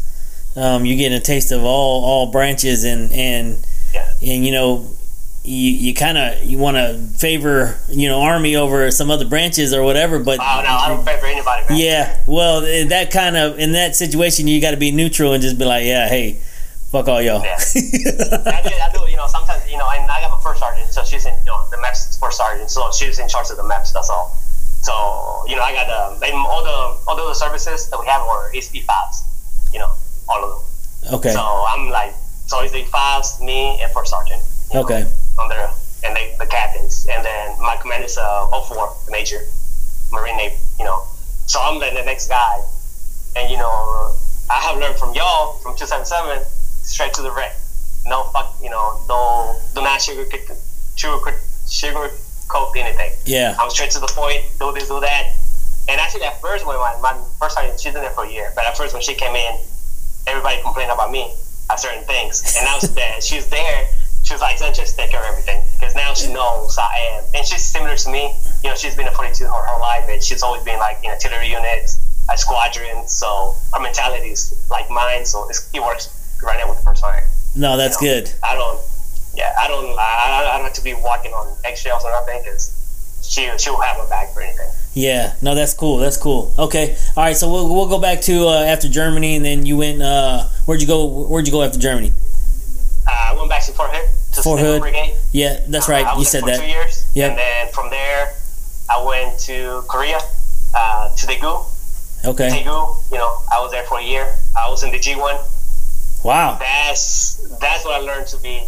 Speaker 2: um, you're getting a taste of all all branches and and
Speaker 3: Yeah.
Speaker 2: and you know you, you kind of you want to favor you know army over some other branches or whatever but
Speaker 3: Oh no, I don't pray for anybody. Man.
Speaker 2: yeah well in that kind of in that situation you got to be neutral and just be like yeah hey fuck all y'all
Speaker 3: Yeah. [LAUGHS] I do, I do, you know, sometimes, you know, and I have a first sergeant, so she's in, you know, the MEPS first sergeant, so she's in charge of the MEPS, that's all. So, you know, I got, um, and all the, all the other services that we have are HP fives, you know, all of
Speaker 2: [LAUGHS]
Speaker 3: them.
Speaker 2: okay
Speaker 3: So I'm like, so it's the fives, me, and first sergeant. you know,
Speaker 2: Okay.
Speaker 3: on their, and they, the captains, and then my command is uh, 04, major, Marine Navy, you know. So I'm the, the next guy, and you know, I have learned from y'all from 277 straight to the wreck. No fuck, you know, no, do not sugar sugar sugar coat anything.
Speaker 2: yeah
Speaker 3: I'm straight to the point, do this, do that. And actually, at first, when my, my first time, she's been there for a year, but at first, when she came in, everybody complained about me at certain things. And now that she's there, she was like, "Let's just take care of everything. Because now she knows I am. And she's similar to me. You know, she's been a 42 her, her life, and she's always been like in artillery units, a squadron. So her mentality is like mine. So it's, it works right now with the first time.
Speaker 2: no that's
Speaker 3: you know,
Speaker 2: good
Speaker 3: I don't. Yeah, I don't. I, I don't- I don't have to be walking on eggshells or nothing because she she'll have a bag for anything.
Speaker 2: Yeah, no, that's cool. That's cool. Okay, all right. So we'll, we'll go back to uh, after Germany, and then you went. Uh, where'd you go? Where'd you go after Germany?
Speaker 3: Uh, I went back to Fort Hood. To
Speaker 2: Fort
Speaker 3: Stable
Speaker 2: Hood.
Speaker 3: Brigade.
Speaker 2: Yeah, that's
Speaker 3: Uh,
Speaker 2: right.
Speaker 3: I was
Speaker 2: You
Speaker 3: there
Speaker 2: said
Speaker 3: for Two
Speaker 2: that.
Speaker 3: years.
Speaker 2: Yep.
Speaker 3: And then from there, I went to Korea, uh, to Daegu.
Speaker 2: Okay.
Speaker 3: Daegu, you know, I was there for a year. I was in the G one.
Speaker 2: Wow.
Speaker 3: That's that's what I learned to be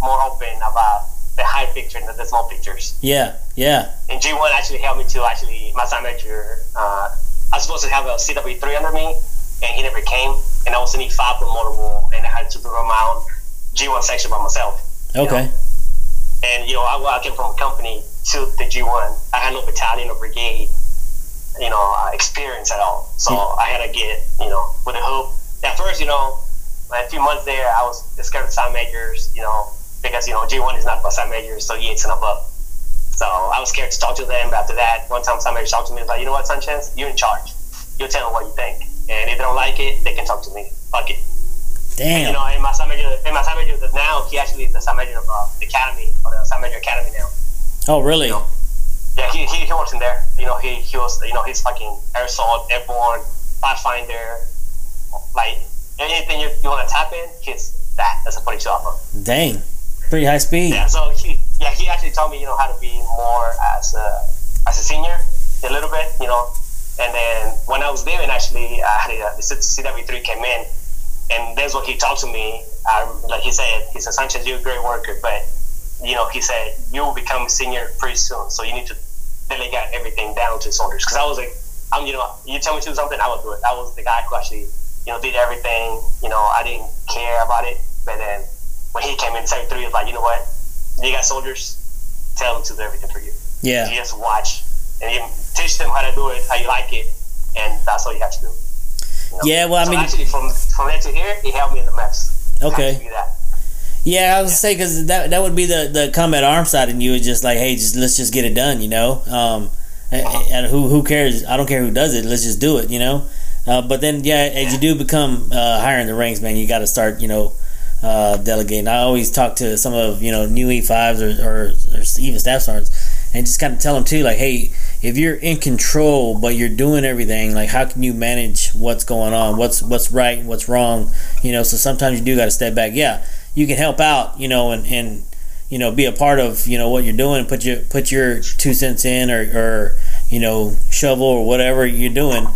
Speaker 3: more open about the high picture and the small pictures.
Speaker 2: Yeah. Yeah.
Speaker 3: and G1 actually helped me to actually my time manager. Uh, I was supposed to have a CW3 under me, and he never came. And I was in E E5 promotable, and I had to do my own G1 section by myself.
Speaker 2: Okay.
Speaker 3: And you know, I, I came from a company to the G1. I had no battalion or brigade, you know, uh, experience at all. So I had to get, you know, with a hoop. At first, you know, a few months there, I was scared of sign majors, you know, because you know G1 is not about sign majors, so E E8s and above. So I was scared to talk to them. But after that, one time somebody talked to me and was like, you know what, Sanchez, you're in charge. You tell them what you think, and if they don't like it, they can talk to me. Fuck it. And,
Speaker 2: Damn.
Speaker 3: you know, in my summer, in my summer that now he actually is the summer of uh, the academy or the summer academy now.
Speaker 2: Oh, really?
Speaker 3: Yeah, he, he, he works in there. You know, he, he was you know he's fucking aerosol, airborne, pathfinder, like anything you, you want to tap in, he's that. That's a forty two alpha.
Speaker 2: Dang. Pretty high speed.
Speaker 3: Yeah, so he yeah he actually taught me you know how to be more as a as a senior a little bit you know, and then when I was leaving actually I had a, the CW three came in, and that's what he talked to me. Um, like he said, he said Sanchez, you're a great worker, but you know he said you will become senior pretty soon, so you need to delegate everything down to soldiers. Because I was like, I'm you know you tell me to do something, I will do it. I was the guy who actually you know did everything. You know I didn't care about it, but then when he came in second three, he was like, you know what? You got soldiers, tell them to do everything for you.
Speaker 2: Yeah.
Speaker 3: You just watch and you teach them how to do it, how you like it, and that's all you have to do. You know?
Speaker 2: Yeah, well, I
Speaker 3: So
Speaker 2: mean-
Speaker 3: actually, from from there to here, it helped me in the maps.
Speaker 2: Okay.
Speaker 3: Do that.
Speaker 2: Yeah, I was gonna say because that that would be the the combat arms side, and you would just like, hey, just let's just get it done, you know. Um, and, and who who cares? I don't care who does it. Let's just do it, you know. Uh, but then, yeah, as you do become uh, higher in the ranks, man, you got to start, you know, uh, delegating. I always talk to some of you know new E fives or, or or even staff sergeants, and just kind of tell them too, like, hey, if you're in control but you're doing everything like how can you manage what's going on what's what's right and what's wrong you know so sometimes you do got to step back yeah you can help out you know and and you know be a part of you know what you're doing put your put your two cents in or or you know shovel or whatever you're doing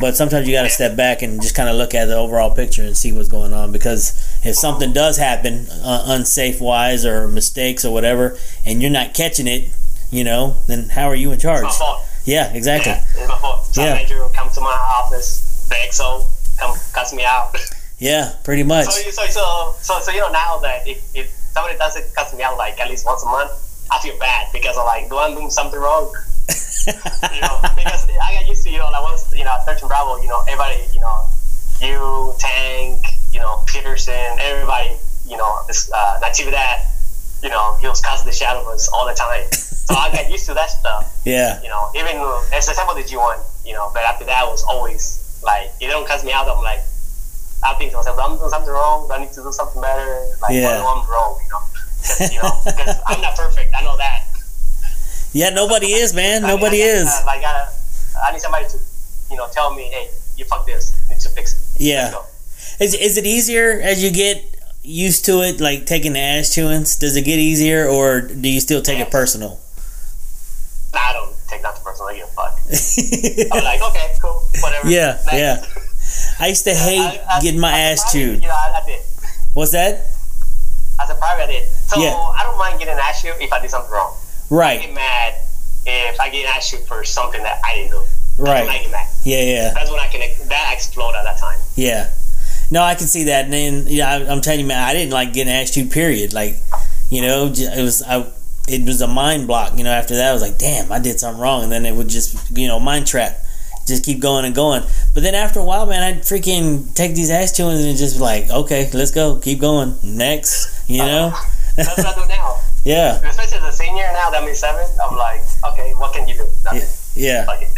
Speaker 2: but sometimes you got to step back and just kind of look at the overall picture and see what's going on because if something does happen uh, unsafe wise or mistakes or whatever and you're not catching it you know then how are you in charge
Speaker 3: My fault.
Speaker 2: yeah, exactly.
Speaker 3: Yeah, it's my fault. So
Speaker 2: Yeah.
Speaker 3: manager will come to my office. The XO come cuss me out. [LAUGHS]
Speaker 2: Yeah, pretty much.
Speaker 3: So, you- so, so, so, so, you know, now that if, if somebody does it, cuts me out like at least once a month, I feel bad because I'm like, do I do something wrong?
Speaker 2: [LAUGHS]
Speaker 3: you know, because I got used to, you know, like once, you know, at 13 Bravo, you know, everybody, you know, you, Tank, you know, Peterson, everybody, you know, this, uh, Natividad, you know, he was cussing the shadow of us all the time. So I got used to that stuff
Speaker 2: Yeah,
Speaker 3: you know, even uh, it's the same with the G1, you know, but after that was always like, if they don't cuss me out, I'm like, I think to myself, I'm doing something wrong. Do I need to do something better? Like,
Speaker 2: Yeah.
Speaker 3: yeah. what, I'm wrong, you know? 'Cause, you know, 'cause I'm not perfect. I know that.
Speaker 2: Yeah, nobody is, man.
Speaker 3: I mean,
Speaker 2: Nobody
Speaker 3: I gotta-
Speaker 2: is.
Speaker 3: I gotta. uh, I need somebody to, you know, tell me, hey, you fuck this. You need to fix it.
Speaker 2: Yeah.
Speaker 3: So,
Speaker 2: Is, is it easier as you get used to it, like taking the ass chewings? Does it get easier, or do you still take it personal? [LAUGHS]
Speaker 3: nah, I don't take that to personal. I give a fuck. I'm like, okay, cool, whatever.
Speaker 2: yeah,
Speaker 3: Next.
Speaker 2: yeah. I used to hate
Speaker 3: I- I-
Speaker 2: getting my
Speaker 3: as a
Speaker 2: ass
Speaker 3: private,
Speaker 2: chewed.
Speaker 3: You know, I, I did.
Speaker 2: What's that?
Speaker 3: As a private, I did. So
Speaker 2: Yeah.
Speaker 3: I don't mind getting ass chewed if I did something wrong. I
Speaker 2: Right,
Speaker 3: get mad if I get ass chewed for something that I didn't do. That's when I
Speaker 2: right.
Speaker 3: get mad.
Speaker 2: Yeah, yeah.
Speaker 3: That's when I can that I explode at that time.
Speaker 2: Yeah. No, I can see that. And then, yeah, I, I'm telling you, man, I didn't like getting asked to, period. Like, you know, j- it was, I, it was a mind block. You know, after that, I was like, damn, I did something wrong. And then it would just, you know, mind trap. Just keep going and going. But then after a while, man, I'd freaking take these ass chewings and just be like, okay, let's go. Keep going. Next, you know?
Speaker 3: That's what I do now. [LAUGHS]
Speaker 2: yeah.
Speaker 3: Especially as a senior now, that means seven. I'm like, okay, what can you do? Nothing.
Speaker 2: Yeah.
Speaker 3: Fuck it.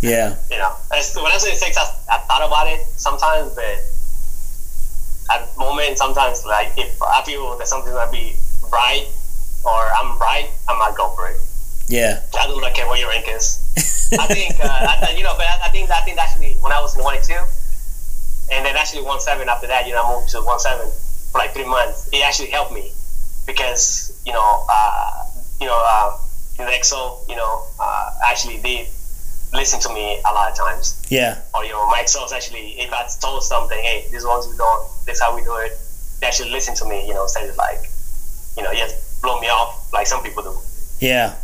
Speaker 2: Yeah.
Speaker 3: you know, it's, when I say six, I, I thought about it sometimes, but at the moment, sometimes like if I feel that something's gonna be right or I'm right, I might go for it.
Speaker 2: Yeah.
Speaker 3: I don't really care what your rank is.
Speaker 2: [LAUGHS]
Speaker 3: I think, uh, I, you know, but I, I think I think actually when I was in one and two, and then actually one seven after that, you know, I moved to one seven for like three months. It actually helped me because you know, uh, you know, uh, the EXO, you know, uh, actually did listen to me a lot of times
Speaker 2: yeah.
Speaker 3: or you know, my exos actually, if I told something, hey, this is what we doing, this is how we do it, they actually listen to me, you know, instead of like, you know, just blow me off like some people do,
Speaker 2: Yeah.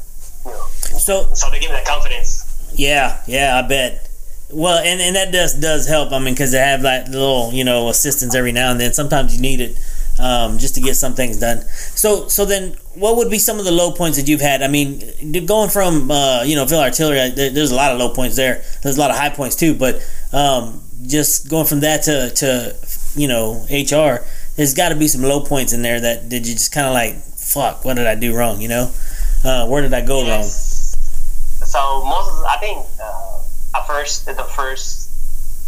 Speaker 3: you know.
Speaker 2: So,
Speaker 3: So they give me that confidence.
Speaker 2: Yeah, yeah, I bet. Well, and, and that does does help. I mean, because they have like little you know assistance every now and then. Sometimes you need it um, just to get some things done. So so then, what would be some of the low points that you've had? I mean, d- going from uh, you know Phil Artillery, I- there, there's a lot of low points there. There's a lot of high points too. But um, just going from that to to you know HR, there's got to be some low points in there that did you just kind of like fuck, what did I do wrong? You know, uh, where did I go wrong?
Speaker 3: So most, of the, I think, uh, at first, in the first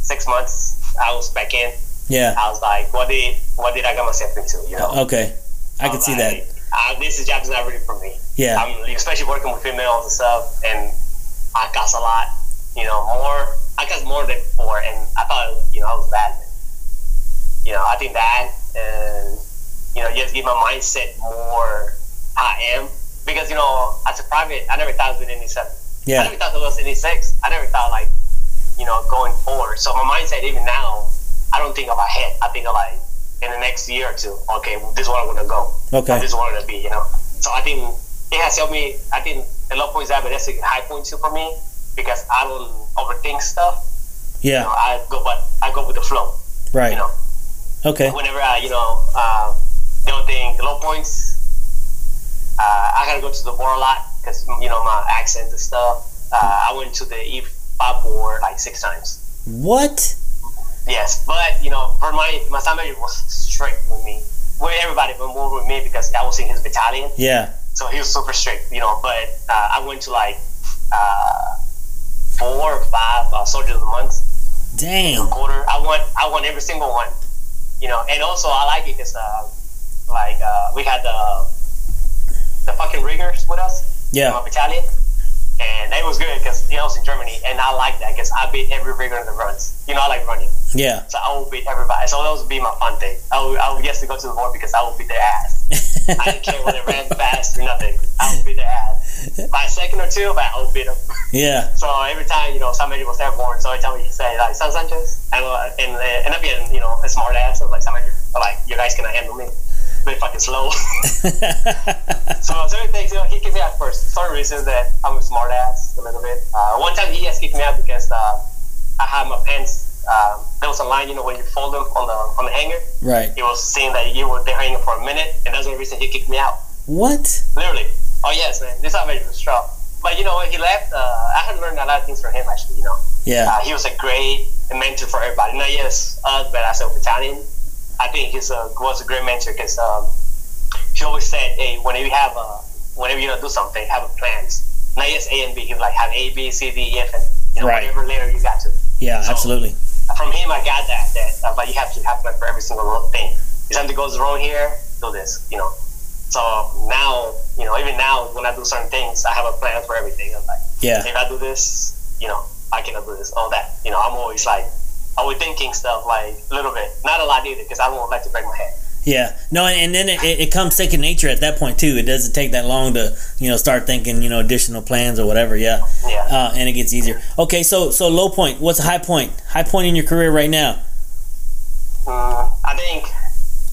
Speaker 3: six months, I was back in.
Speaker 2: Yeah.
Speaker 3: I was like, what did what did I get myself into? You know,
Speaker 2: Okay. I can
Speaker 3: was
Speaker 2: see that.
Speaker 3: like, Uh, this job is not really for me.
Speaker 2: Yeah,
Speaker 3: I'm especially working with females and stuff, and I cuss a lot. You know, more I cuss more than before, and I thought you know I was bad. You know, I think that, and you know, just get my mindset more how I am because you know as a private, I never thought it was any seven. I
Speaker 2: yeah,
Speaker 3: never thought it was any six. I never thought like you know going forward. So my mindset even now, I don't think of ahead. I think of like in the next year or two. Okay, this is where I'm gonna go. I
Speaker 2: okay,
Speaker 3: just wanted to be, you know. So I think it has helped me. I think a lot of points that, but that's a high point too for me because I don't overthink stuff. You know,
Speaker 2: yeah,
Speaker 3: I go, but I go with the flow. You
Speaker 2: right,
Speaker 3: know,
Speaker 2: okay,
Speaker 3: whenever I, you know, uh, don't think low points. Uh, I gotta go to the board a lot because you know my accent and stuff. Uh, I went to the E five board like six times.
Speaker 2: what?
Speaker 3: Yes, but you know, for my my sound manager was strict with me. With everybody, but more with me because I was in his battalion.
Speaker 2: Yeah,
Speaker 3: so he was super strict, you know. But uh, I went to like uh, four or five uh, soldiers of the month
Speaker 2: damn,
Speaker 3: quarter. I won, I won every single one, you know. And also, I like it because uh, like uh, we had the the fucking riggers with us, in
Speaker 2: yeah,
Speaker 3: my battalion, and it was good because you know, I was in Germany, and I like that because I beat every rigger in the runs. You know, I like running,
Speaker 2: yeah,
Speaker 3: so I would beat everybody. So that would be my fun thing. I would, I would just to go to the war because I would beat their ass. I didn't care
Speaker 2: [LAUGHS]
Speaker 3: whether it ran fast or nothing. I would beat their ass. By a second or two, but I would beat them.
Speaker 2: yeah, [LAUGHS]
Speaker 3: So every time, you know, somebody was airborne, so every time we say, like, San Sanchez, and, uh, and, uh, and I'm being, you know, a smart ass, I was like, somebody, I'm like, you guys cannot handle me. They fucking slow. [LAUGHS] so certain things, you know, he kicked me out for certain reasons that I'm a smart ass a little bit. Uh, one time he has kicked me out because uh, I had my pants, uh, there was a line, you know, when you fold them on the, on the hanger.
Speaker 2: right.
Speaker 3: He was saying that you were there hanging for a minute, and that's the reason he kicked me out.
Speaker 2: What?
Speaker 3: Literally. Oh yes, man. This time was strong. But you know, when he left, uh, I had learned a lot of things from him. Actually, you know,
Speaker 2: Yeah,
Speaker 3: uh, he was a great mentor for everybody. Not just us, but as a battalion, I think he's a, was a great mentor because um, he always said, "Hey, whenever you have a, whenever you gonna do something, have a plan. Not just A and B. He would like have A, B, C, D, E, F, and you know,
Speaker 2: Right.
Speaker 3: whatever layer you got to."
Speaker 2: yeah, absolutely.
Speaker 3: from him, I got that. That I was like, you have to have like for every single little thing. If something goes wrong here, do this. You know. So now, you know, even now when I do certain things, I have a plan for everything. I'm like,
Speaker 2: Yeah.
Speaker 3: if I do this, you know, I cannot do this. All that. You know, I'm always like, always thinking stuff like a little bit, not a lot either, because I don't like to break my head.
Speaker 2: Yeah, no, and then it, it, it comes second nature at that point too. It doesn't take that long to you know start thinking you know additional plans or whatever. Yeah,
Speaker 3: Yeah.
Speaker 2: uh, and it gets easier. Okay, so so low point. What's a high point? High point in your career right now?
Speaker 3: Mm, I think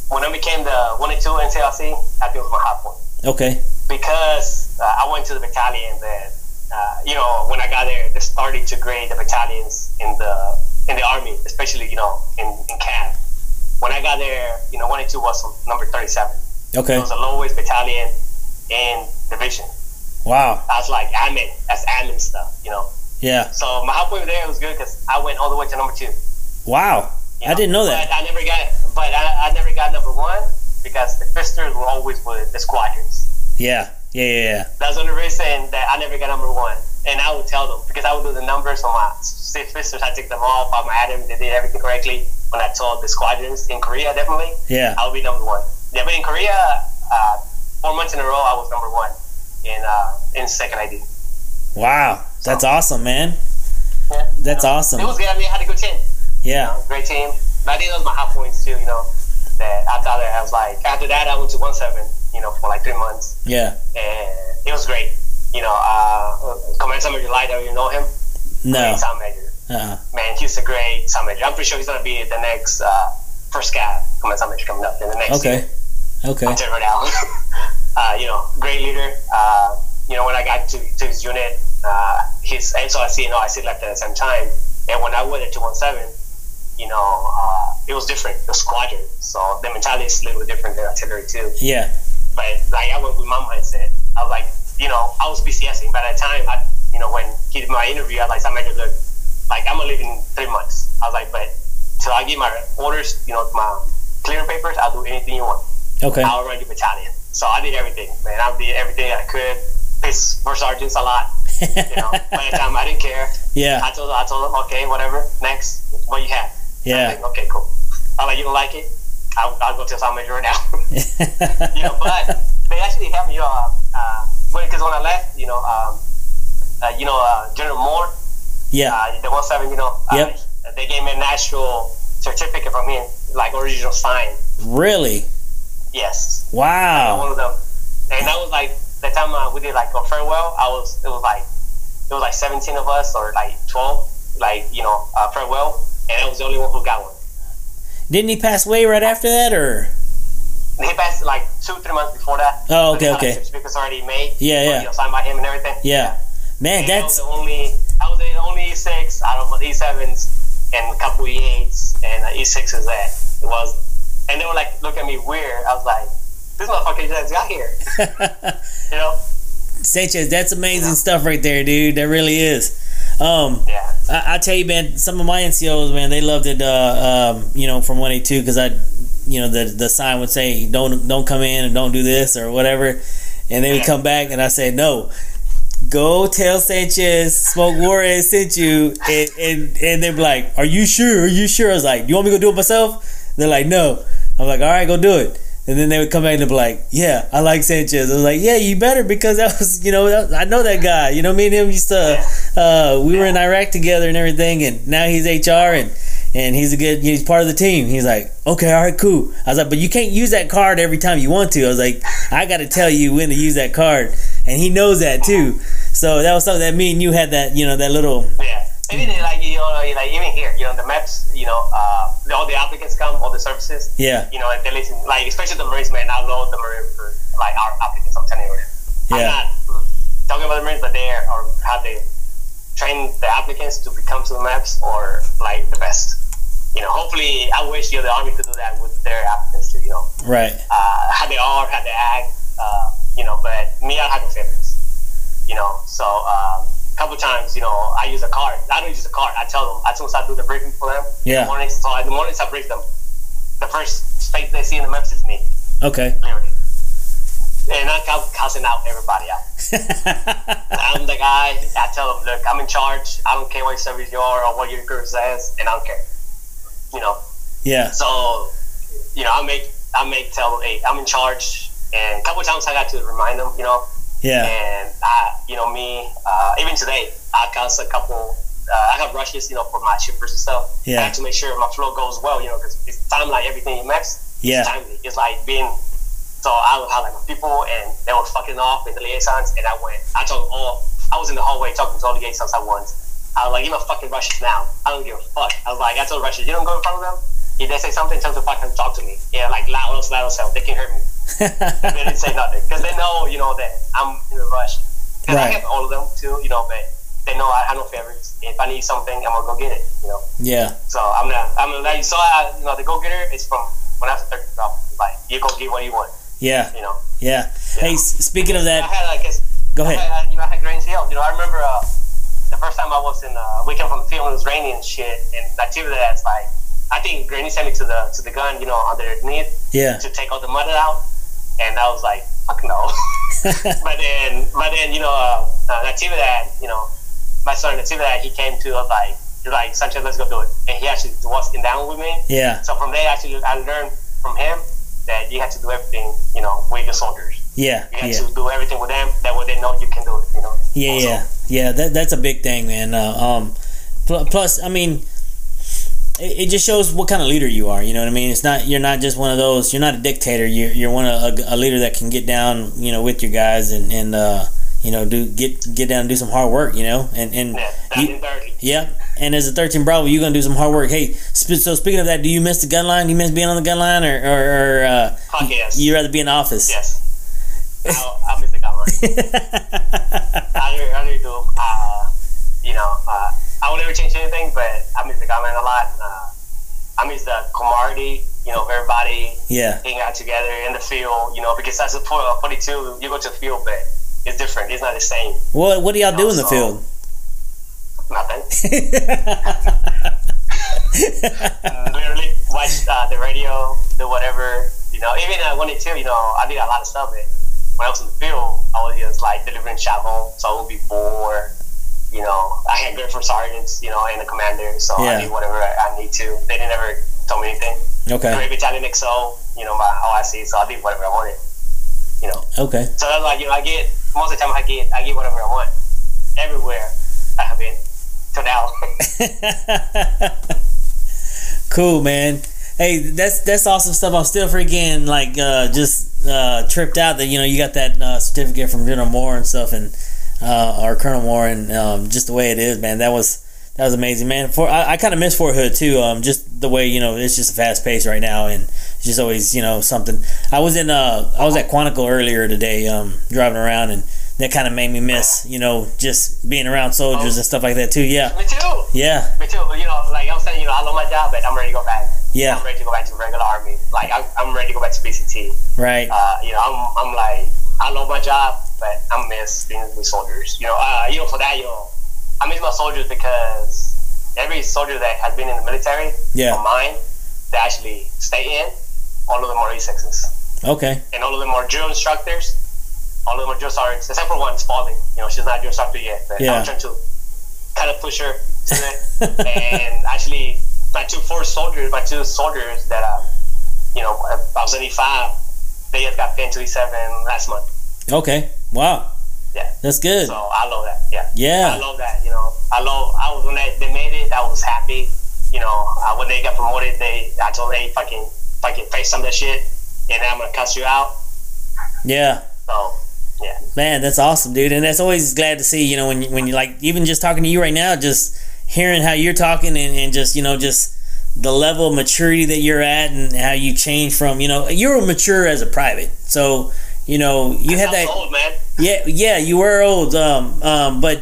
Speaker 3: when I became the one and two NCLC, I think it was my high point
Speaker 2: Okay,
Speaker 3: because uh, I went to the battalion that uh, you know when I got there, they started to grade the battalions in the in the army, especially you know in, in camp. When I got there, you know one and two was number thirty seven. It
Speaker 2: okay,
Speaker 3: was the lowest battalion in division.
Speaker 2: wow,
Speaker 3: I was like, I'm in. That's admin stuff, you know.
Speaker 2: yeah,
Speaker 3: So my high point there was good because I went all the way to number two.
Speaker 2: wow.
Speaker 3: You
Speaker 2: I
Speaker 3: know,
Speaker 2: didn't know that.
Speaker 3: But I never got, but I, I never got number one because the fisters were always with the squadrons.
Speaker 2: Yeah, yeah, yeah, yeah.
Speaker 3: That's the only reason that I never got number one. And I would tell them because I would do the numbers on my six fisters. I took them off. I'm Adam. They did everything correctly. When I told the squadrons in Korea, definitely,
Speaker 2: yeah.
Speaker 3: I would be number one. Yeah, but in Korea, uh, four months in a row, I was number one in uh, in second ID.
Speaker 2: Wow, that's awesome, man.
Speaker 3: Yeah.
Speaker 2: That's awesome.
Speaker 3: It was good. I mean, I had a good team.
Speaker 2: Yeah,
Speaker 3: know, great team. But I think those were my high points too, you know. That I thought that I was like after that I went to one seven, you know, for like three months
Speaker 2: yeah.
Speaker 3: and it was great. You know, uh Commander Tom Major Light, you know him?
Speaker 2: No,
Speaker 3: Great Tom Major.
Speaker 2: uh,
Speaker 3: Man, he's a great Tom Major. I'm pretty sure he's gonna be the next uh first guy Commander Tom Major coming up in the next year.
Speaker 2: okay, okay,
Speaker 3: I'll tell you right now. [LAUGHS] uh, you know, great leader. Uh, you know, when I got to, to his unit, uh, his SOIC and OIC left at the same time. And when I went at 217, you know, uh, it was different. It was squadron. So the mentality is a little bit different than artillery, too.
Speaker 2: yeah,
Speaker 3: But like, I went with my mindset. I was like, you know, I was PCSing. By the time I, you know, when he did my interview, I was like, somebody look, like, I'm going to leave in three months. I was like, but till I get my orders, you know, my clearing papers, I'll do anything you want.
Speaker 2: okay,
Speaker 3: I would run the battalion. So I did everything, man. I did everything I could. Pissed first sergeants a lot. You
Speaker 2: [LAUGHS]
Speaker 3: know, by the time I didn't care.
Speaker 2: yeah,
Speaker 3: I told I told them, okay, whatever. Next, what you have? I'm
Speaker 2: yeah,
Speaker 3: like, okay, cool. I'm like, you don't like it? I'll, I'll go tell some major right now. [LAUGHS] you know, but they actually helped me. You know, uh, because when I left, you know, um, uh, you know, uh, General Moore,
Speaker 2: [LAUGHS] yeah,
Speaker 3: uh, the one seven, you know, uh,
Speaker 2: Yep.
Speaker 3: they gave me an actual certificate from him, like original sign.
Speaker 2: really.
Speaker 3: Yes,
Speaker 2: Wow.
Speaker 3: one of them. And that was like the time uh, we did like a farewell. I was it was like it was like seventeen of us or like twelve, like you know uh, farewell. And I was the only one who got one.
Speaker 2: Didn't he pass away right after that, or
Speaker 3: And he passed like two three months before that.
Speaker 2: Oh, okay,
Speaker 3: The
Speaker 2: okay.
Speaker 3: scholarship Speakers already made.
Speaker 2: Yeah,
Speaker 3: you
Speaker 2: yeah.
Speaker 3: know, signed by him and everything.
Speaker 2: yeah, man,
Speaker 3: And I was
Speaker 2: that's
Speaker 3: the only I was the only six out of E sevens and a couple E eights and E sixes that it was. And they were like look at me weird. I was like, this motherfucker just got here. [LAUGHS] you know?
Speaker 2: [LAUGHS] Sanchez. That's amazing stuff right there, dude. That really is. Um,
Speaker 3: Yeah.
Speaker 2: I, I tell you, man, some of my NCOs, man, they loved it. Uh, um, you know, from one eight two, because I, you know, the the sign would say, "Don't don't come in and don't do this or whatever," and they would come back, and I said, "No." Go tell Sanchez Smoke Warren sent you, and, and and they're like, "Are you sure? Are you sure?" I was like, "You want me to go do it myself?" They're like, "No." I'm like, "All right, go do it." And then they would come back and they'd be like, "Yeah, I like Sanchez." I was like, "Yeah, you better because that was, you know, that, I know that guy. You know, me and him used to, uh, we were in Iraq together and everything, and now he's HR and and he's a good, he's part of the team. He's like, okay, all right, cool. I was like, but you can't use that card every time you want to. I was like, I got to tell you when to use that card, and he knows that too. So that was something that me and you had that, you know, that little,
Speaker 3: Yeah, even like you know, like even here, you know, the maps, you know, uh, the- all the applicants come, all the services,
Speaker 2: yeah,
Speaker 3: you know, and they listen, like especially the Marines, man. I love the Marines for like our applicants. I'm telling you, right now.
Speaker 2: Yeah.
Speaker 3: I'm not talking about the Marines, but they are or how they train the applicants to become to the maps or like the best. You know, hopefully, I wish you know, the Army could do that with their applicants too. You know,
Speaker 2: right,
Speaker 3: uh, how they are, how they act, uh, you know. But me, I have no favorites, you know. So um, a couple times, you know, I use a card. I don't use a card. I tell them. I tell them I do the briefing for them. In
Speaker 2: Yeah.
Speaker 3: the mornings, so in the mornings I brief them. The first face they see in the maps is me,
Speaker 2: okay, [LAUGHS]
Speaker 3: literally. And I'm cou- cussing out everybody out. I'm the guy. I tell them, look, I'm in charge. I don't care what service you are or what your career says, and I don't care. you know.
Speaker 2: Yeah.
Speaker 3: So, you know, I make I make tell hey, I'm in charge, and a couple times I got to remind them, you know.
Speaker 2: Yeah. [LAUGHS]
Speaker 3: And I, you know, me, uh, even today, I caused a couple. Uh, I have rushes, you know, for my shippers and stuff.
Speaker 2: Yeah.
Speaker 3: I have to make sure my flow goes well, you know, because it's time like everything in Mex.
Speaker 2: Yeah.
Speaker 3: It's timely. It's like being. So I would have like my people, and they were fucking off in the liaisons, and I went. I told all. I was in the hallway talking to all the liaisons at once. I was like, you know, fucking rushes now. I don't give a fuck. I was like, I told rushes, you don't go in front of them. If they say something, tell them to fucking talk to me. Yeah, like loud, loud as hell. They can hear me they didn't say nothing because they know, you know, that I'm in a rush. Because I
Speaker 2: Right.
Speaker 3: have all of them too, you know, but they know I, I know favorites. If I need something, I'm gonna go get it, you know.
Speaker 2: yeah.
Speaker 3: So I'm not, I'm not like, so I, you know, the go getter is from when I started drop. Like you go get what you want,
Speaker 2: Yeah.
Speaker 3: you know.
Speaker 2: Yeah. Hey, s- speaking of that,
Speaker 3: I had like, this-
Speaker 2: Go
Speaker 3: I
Speaker 2: ahead.
Speaker 3: had, you know, I had Grange Hill. You know, I remember uh, the first time I was in uh, weekend from the field, it was raining and shit, and I did that. It's like, I think Granny sent me to the to the gun, you know, underneath
Speaker 2: yeah. [LAUGHS]
Speaker 3: to take all the mud out, and I was like, fuck no. [LAUGHS] but then, but then, you know, uh, uh, Natividad, you know, my son Natividad, he came to us like, he's like, Sanchez, let's go do it. And he actually was in down with me.
Speaker 2: Yeah.
Speaker 3: So from there, actually, I learned from him that you have to do everything, you know, with your soldiers.
Speaker 2: Yeah.
Speaker 3: You have
Speaker 2: Yeah.
Speaker 3: to do everything with them. That way they know you can do it, you know.
Speaker 2: Yeah,
Speaker 3: Also,
Speaker 2: yeah, yeah. That that's a big thing, man. Uh, um, pl- plus, I mean, it, it just shows what kind of leader you are. You know what I mean? It's not you're not just one of those. You're not a dictator. You're you're one of a, a leader that can get down. You know, with your guys and and uh, you know do get get down and do some hard work. You know, and and
Speaker 3: Yeah,
Speaker 2: you-
Speaker 3: that is dirty.
Speaker 2: Yep. And as a 13 Bravo, you're gonna do some hard work. Hey, sp- so speaking of that, do you miss the gun line? Do you miss being on the gun line, or or, or uh,
Speaker 3: Fuck yes.
Speaker 2: you rather be in the office? [LAUGHS]
Speaker 3: Yes. I, I miss the camera. I really, I really do. Uh, you know, uh, I would never change anything, but I miss the comment a lot. Uh, I miss the camaraderie, you know, of everybody
Speaker 2: yeah.
Speaker 3: hanging out together in the field, you know, because that's a point of 42. You go to the field, but it's different. It's not the same.
Speaker 2: What what do y'all do in the
Speaker 3: Also-
Speaker 2: field?
Speaker 3: Nothing. Literally watch uh, the radio, do whatever, you know. Even uh, at 182, you know, I did a lot of stuff, but when I was in the field, I was just like delivering chapel, so I would be bored. You know, I had good for sergeants, you know, and the commander, so
Speaker 2: Yeah.
Speaker 3: I did whatever I, I need to. They didn't ever tell me anything.
Speaker 2: [LAUGHS] Okay.
Speaker 3: Great battalion XO, you know, my OIC, so I did whatever I wanted. You know,
Speaker 2: Okay.
Speaker 3: so that's like you know, I get most of the time I get I get whatever I want everywhere I have been till now. [LAUGHS]
Speaker 2: [LAUGHS] cool, man. Hey, that's that's awesome stuff. I'm still freaking like uh, just uh, tripped out that you know you got that uh, certificate from General Moore and stuff, and uh, or Colonel Moore, and um, just the way it is, man. That was that was amazing, man. For I, I kind of miss Fort Hood too. Um, just the way you know it's just a fast pace right now, and it's just always you know something. I was in uh I was at Quantico earlier today, um, driving around, and that kind of made me miss you know just being around soldiers and stuff like that too. Yeah,
Speaker 3: me too.
Speaker 2: yeah.
Speaker 3: Me too. You know, like I'm saying, you know, I love my job, but I'm ready to go back.
Speaker 2: Yeah.
Speaker 3: I'm ready to go back to regular army. Like I'm, I'm ready to go back to BCT.
Speaker 2: Right.
Speaker 3: Uh, you know, I'm, I'm like, I love my job, but I miss being with soldiers. You know, uh, you know, for that, you know, I miss my soldiers because every soldier that has been in the military,
Speaker 2: Yeah.
Speaker 3: or mine, they actually stay in. All of them are E6s.
Speaker 2: Okay.
Speaker 3: and all of them are drill instructors. All of them are drill sergeants, except for one, Spalding. You know, she's not a drill instructor yet, but
Speaker 2: Yeah.
Speaker 3: I'm trying to kind of
Speaker 2: [LAUGHS]
Speaker 3: push her to it. and actually, my two four soldiers, my two soldiers that, um, you know, I was 85, they just got pinned to E7 last month.
Speaker 2: Okay. Wow.
Speaker 3: Yeah.
Speaker 2: That's good.
Speaker 3: So I love that. Yeah.
Speaker 2: yeah.
Speaker 3: I love that. You know, I love. I was when they, they made it. I was happy. You know, uh, when they got promoted, they I told them, hey, fucking, fucking face some of that shit, and I'm gonna cuss you out.
Speaker 2: Yeah.
Speaker 3: So yeah.
Speaker 2: Man, that's awesome, dude. And that's always glad to see, you know, when you, when you like even just talking to you right now, just hearing how you're talking and, and just, you know, just the level of maturity that you're at and how you change from, you know, you were mature as a private. So, you know, you had
Speaker 3: I'm
Speaker 2: that
Speaker 3: old man.
Speaker 2: Yeah, yeah, you were old, um, um, but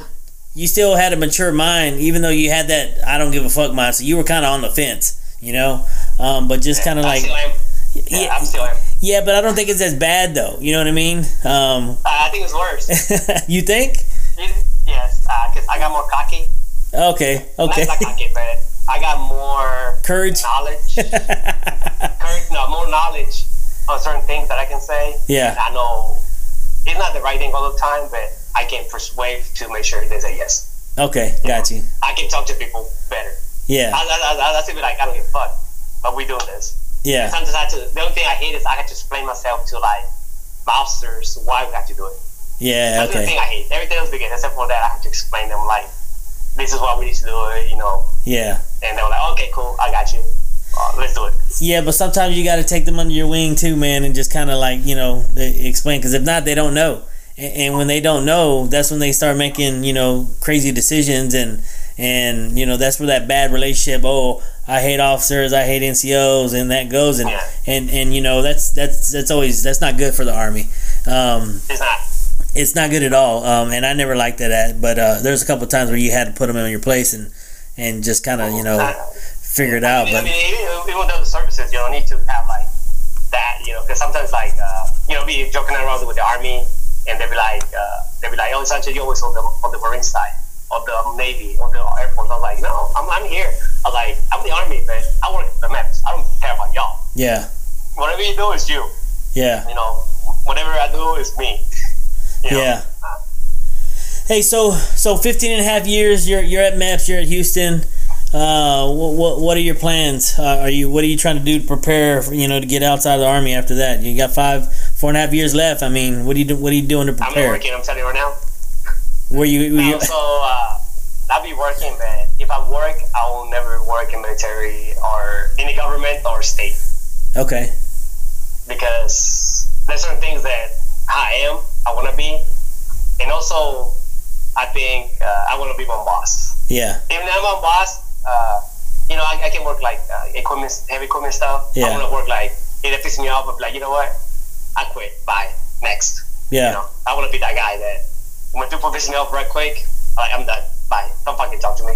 Speaker 2: you still had a mature mind, even though you had that I don't give a fuck mind. So you were kind of on the fence, you know. Um, but just kind of
Speaker 3: I
Speaker 2: like,
Speaker 3: still am. Yeah,
Speaker 2: yeah,
Speaker 3: I'm still am. Uh,
Speaker 2: yeah, but I don't think it's as bad though. You know what I mean? Um, [LAUGHS]
Speaker 3: Uh, I think it's worse.
Speaker 2: you think?
Speaker 3: It- yes, because I got more cocky.
Speaker 2: Okay, okay.
Speaker 3: Not, not cocky, but I got more
Speaker 2: [LAUGHS] Courage.
Speaker 3: knowledge. courage, no, more knowledge on certain things that I can say.
Speaker 2: [LAUGHS] Yeah.
Speaker 3: And I know it's not the right thing all the time, but I can persuade to make sure they say yes.
Speaker 2: Okay, got you.
Speaker 3: I can talk to people better.
Speaker 2: Yeah.
Speaker 3: I, I, I, I, I be like, I don't give a fuck, but we doing this.
Speaker 2: Yeah.
Speaker 3: Sometimes I just, the only thing I hate is I have to explain myself to like my officers why we have to do it.
Speaker 2: Yeah.
Speaker 3: That's the
Speaker 2: Okay.
Speaker 3: thing I hate. Everything else is good except for that. I have to explain them like this is why we need to do it, you know.
Speaker 2: Yeah.
Speaker 3: And they were like, okay, cool, I got you. Uh, let's do it.
Speaker 2: Yeah, but sometimes you got to take them under your wing too, man, and just kind of like you know e- explain because if not, they don't know, and, and when they don't know, that's when they start making you know crazy decisions, and and you know that's where that bad relationship. Oh, I hate officers, I hate NCOs, and that goes, and
Speaker 3: Yeah.
Speaker 2: and and you know that's that's that's always that's not good for the army. Um,
Speaker 3: It's not.
Speaker 2: it's not good at all. Um, and I never liked that. At, but uh, there's a couple times where you had to put them in your place and and just kind of you know
Speaker 3: Oh, I-
Speaker 2: figure it out.
Speaker 3: I
Speaker 2: But
Speaker 3: mean, even, even though the services, you don't need to have like that, you know, because sometimes like uh, you know, be joking around with the army, and they be like, uh, they be like, oh, Sanchez, you always on the on the marine side, on the navy, on the air force. I'm like, no, I'm, I'm here. I'm like, I'm the army, man. I work the maps. I don't care about y'all.
Speaker 2: yeah,
Speaker 3: Whatever you do is you.
Speaker 2: yeah,
Speaker 3: You know, whatever I do is me. You know?
Speaker 2: yeah. Hey, so so 15 and a half years. You're you're at Maps. You're at Houston. Uh, what, what what are your plans? Uh, are you what are you trying to do to prepare? For, you know, to get outside of the army after that. You got five, four and a half years left. I mean, what are you do, what are you doing to
Speaker 3: I'm
Speaker 2: prepare?
Speaker 3: working. I'm telling you right now.
Speaker 2: Were you, were you
Speaker 3: Um, so uh, I'll be working, man. If I work, I will never work in military or any government or state
Speaker 2: okay?
Speaker 3: because there's certain things that I am, I want to be, and also I think uh, I want to be my boss.
Speaker 2: Yeah,
Speaker 3: Even though I'm my boss, uh, you know, I, I can work like uh, equipment, heavy equipment stuff.
Speaker 2: Yeah.
Speaker 3: I want to work like if it pisses me off, I'm like, you know what? I quit. Bye. Next. You
Speaker 2: yeah,
Speaker 3: know, I want to be that guy that when people piss me off right quick, like I'm done. Bye. Don't fucking talk
Speaker 2: [LAUGHS]
Speaker 3: to me.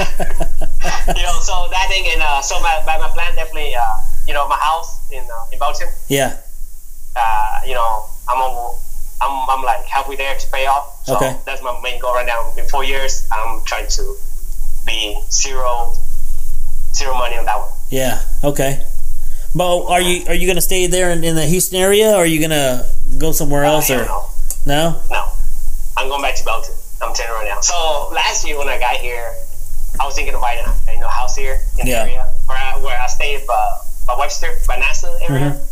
Speaker 3: you know, so that thing and uh, so my by my plan definitely, uh, you know, my house in uh, in Belgium,
Speaker 2: yeah.
Speaker 3: uh, you know, I'm on, I'm I'm like halfway there to pay off. So
Speaker 2: Okay.
Speaker 3: that's my main goal right now. In four years, I'm trying to be zero zero money on that one.
Speaker 2: Yeah. Okay. But are you are you gonna stay there in, in the Houston area, or are you gonna go somewhere
Speaker 3: Uh,
Speaker 2: else,
Speaker 3: hell
Speaker 2: or
Speaker 3: no.
Speaker 2: no?
Speaker 3: No, I'm going back to Belgium. I'm telling you right now. So last year when I got here, I was thinking of buying a you know, house here in
Speaker 2: Yeah.
Speaker 3: the area where I, where I stayed by, by Webster, by NASA area.
Speaker 2: Mm-hmm.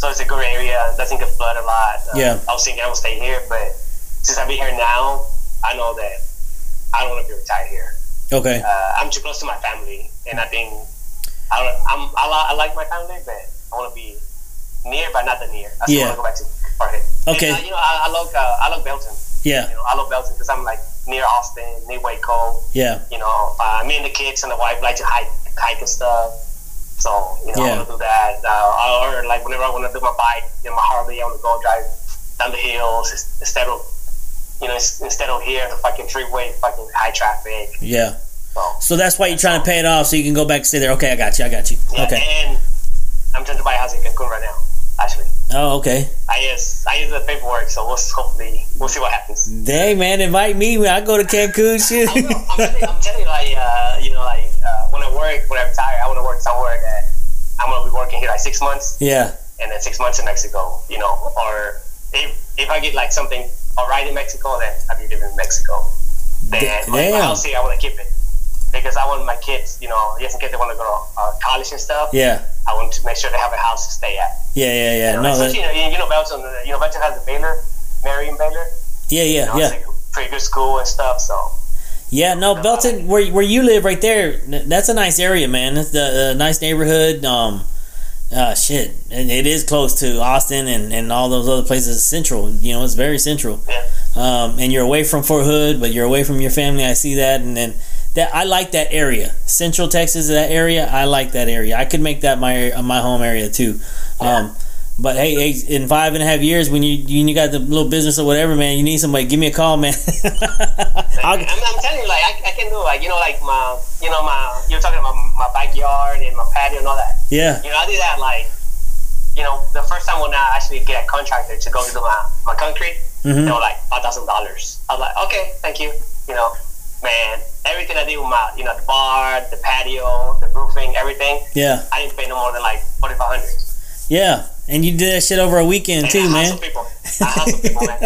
Speaker 3: So it's a good area. Doesn't get flooded a lot. Uh,
Speaker 2: Yeah.
Speaker 3: I was thinking I would stay here, but since I've been here now, I know that I don't want to be retired here.
Speaker 2: Okay.
Speaker 3: Uh, I'm too close to my family, and I think I don't, I'm I, li- I like my family, but I want to be near, but not that near. I still
Speaker 2: Yeah.
Speaker 3: want to go back to Parkhead.
Speaker 2: Okay.
Speaker 3: And, uh, you know, I, I love uh, I love Belgium
Speaker 2: Yeah.
Speaker 3: you know, I love Belgium because I'm like near Austin, near Waco.
Speaker 2: Yeah.
Speaker 3: You know, uh, me and the kids and the wife like to hike, hike and stuff. So you know,
Speaker 2: Yeah.
Speaker 3: I want to do that. Uh, or like whenever I want to do my bike, you know, my Harley, I want to go drive down the hills ins- instead of you know ins- instead of here the fucking freeway, fucking high traffic.
Speaker 2: Yeah.
Speaker 3: So
Speaker 2: So that's why you're trying to pay it off, so you can go back and stay there. Okay, I got you. I got you.
Speaker 3: yeah,
Speaker 2: Okay.
Speaker 3: and I'm trying to buy a house in Cancun right now. Actually,
Speaker 2: Oh, okay.
Speaker 3: I is I is the paperwork, so we'll s- hopefully we'll see
Speaker 2: [LAUGHS]
Speaker 3: what happens.
Speaker 2: Hey, man, invite me. I go to Cancun. Shit.
Speaker 3: [LAUGHS] I will. I'm telling, I'm telling you, like, uh, you know, like, uh, when I work, when I retire, I want to work somewhere that I'm going to be working here like six months
Speaker 2: yeah.
Speaker 3: and then six months in Mexico, you know, or if, if I get like something all right in Mexico, then I'll be living in Mexico. Then
Speaker 2: Da-
Speaker 3: like, my
Speaker 2: damn.
Speaker 3: house here, I want to keep it because I want my kids, you know, just in case they want to go to uh, college and stuff,
Speaker 2: Yeah.
Speaker 3: I want to make sure they have a house to stay at.
Speaker 2: Yeah. Yeah. Yeah. No.
Speaker 3: Especially,
Speaker 2: That,
Speaker 3: you, know, you, you know, Belgium, uh, you know, Belgium has a Baylor, Marion Baylor,
Speaker 2: yeah.
Speaker 3: you
Speaker 2: Yeah.
Speaker 3: know, it's
Speaker 2: Yeah.
Speaker 3: a pretty good school and stuff, so.
Speaker 2: Yeah. No, Belton, where where you live, right there. th- That's a nice area, man. That's the uh, nice neighborhood. Um. Uh, shit, and it is close to Austin and, and all those other places. Central, you know, it's very central.
Speaker 3: Yeah.
Speaker 2: Um, and you're away from Fort Hood, but you're away from your family. I see that, and then that I like that area, Central Texas, that area. I like that area. I could make that my uh, my home area too. Um, but hey, hey, in five and a half years, when you you, you got the little business or whatever, man, you need somebody. Give me a call, man. [LAUGHS]
Speaker 3: I'm,
Speaker 2: I'll,
Speaker 3: I'm telling you, like I, I can do, like you know, like my, you know, my, you're talking about my backyard and my patio and all that.
Speaker 2: yeah,
Speaker 3: You know, I did that like, you know, the first time when I actually get a contractor to go do my my concrete,
Speaker 2: Mm-hmm.
Speaker 3: they were like five thousand dollars. I was like, okay, thank you. You know, man, everything I did with my, you know, the bar, the patio, the roofing, everything,
Speaker 2: yeah,
Speaker 3: I didn't pay no more than like forty five hundred.
Speaker 2: yeah. And you did that shit over a [LAUGHS] weekend too,
Speaker 3: I
Speaker 2: man.
Speaker 3: hustle
Speaker 2: [LAUGHS]
Speaker 3: people. I hustle people, man.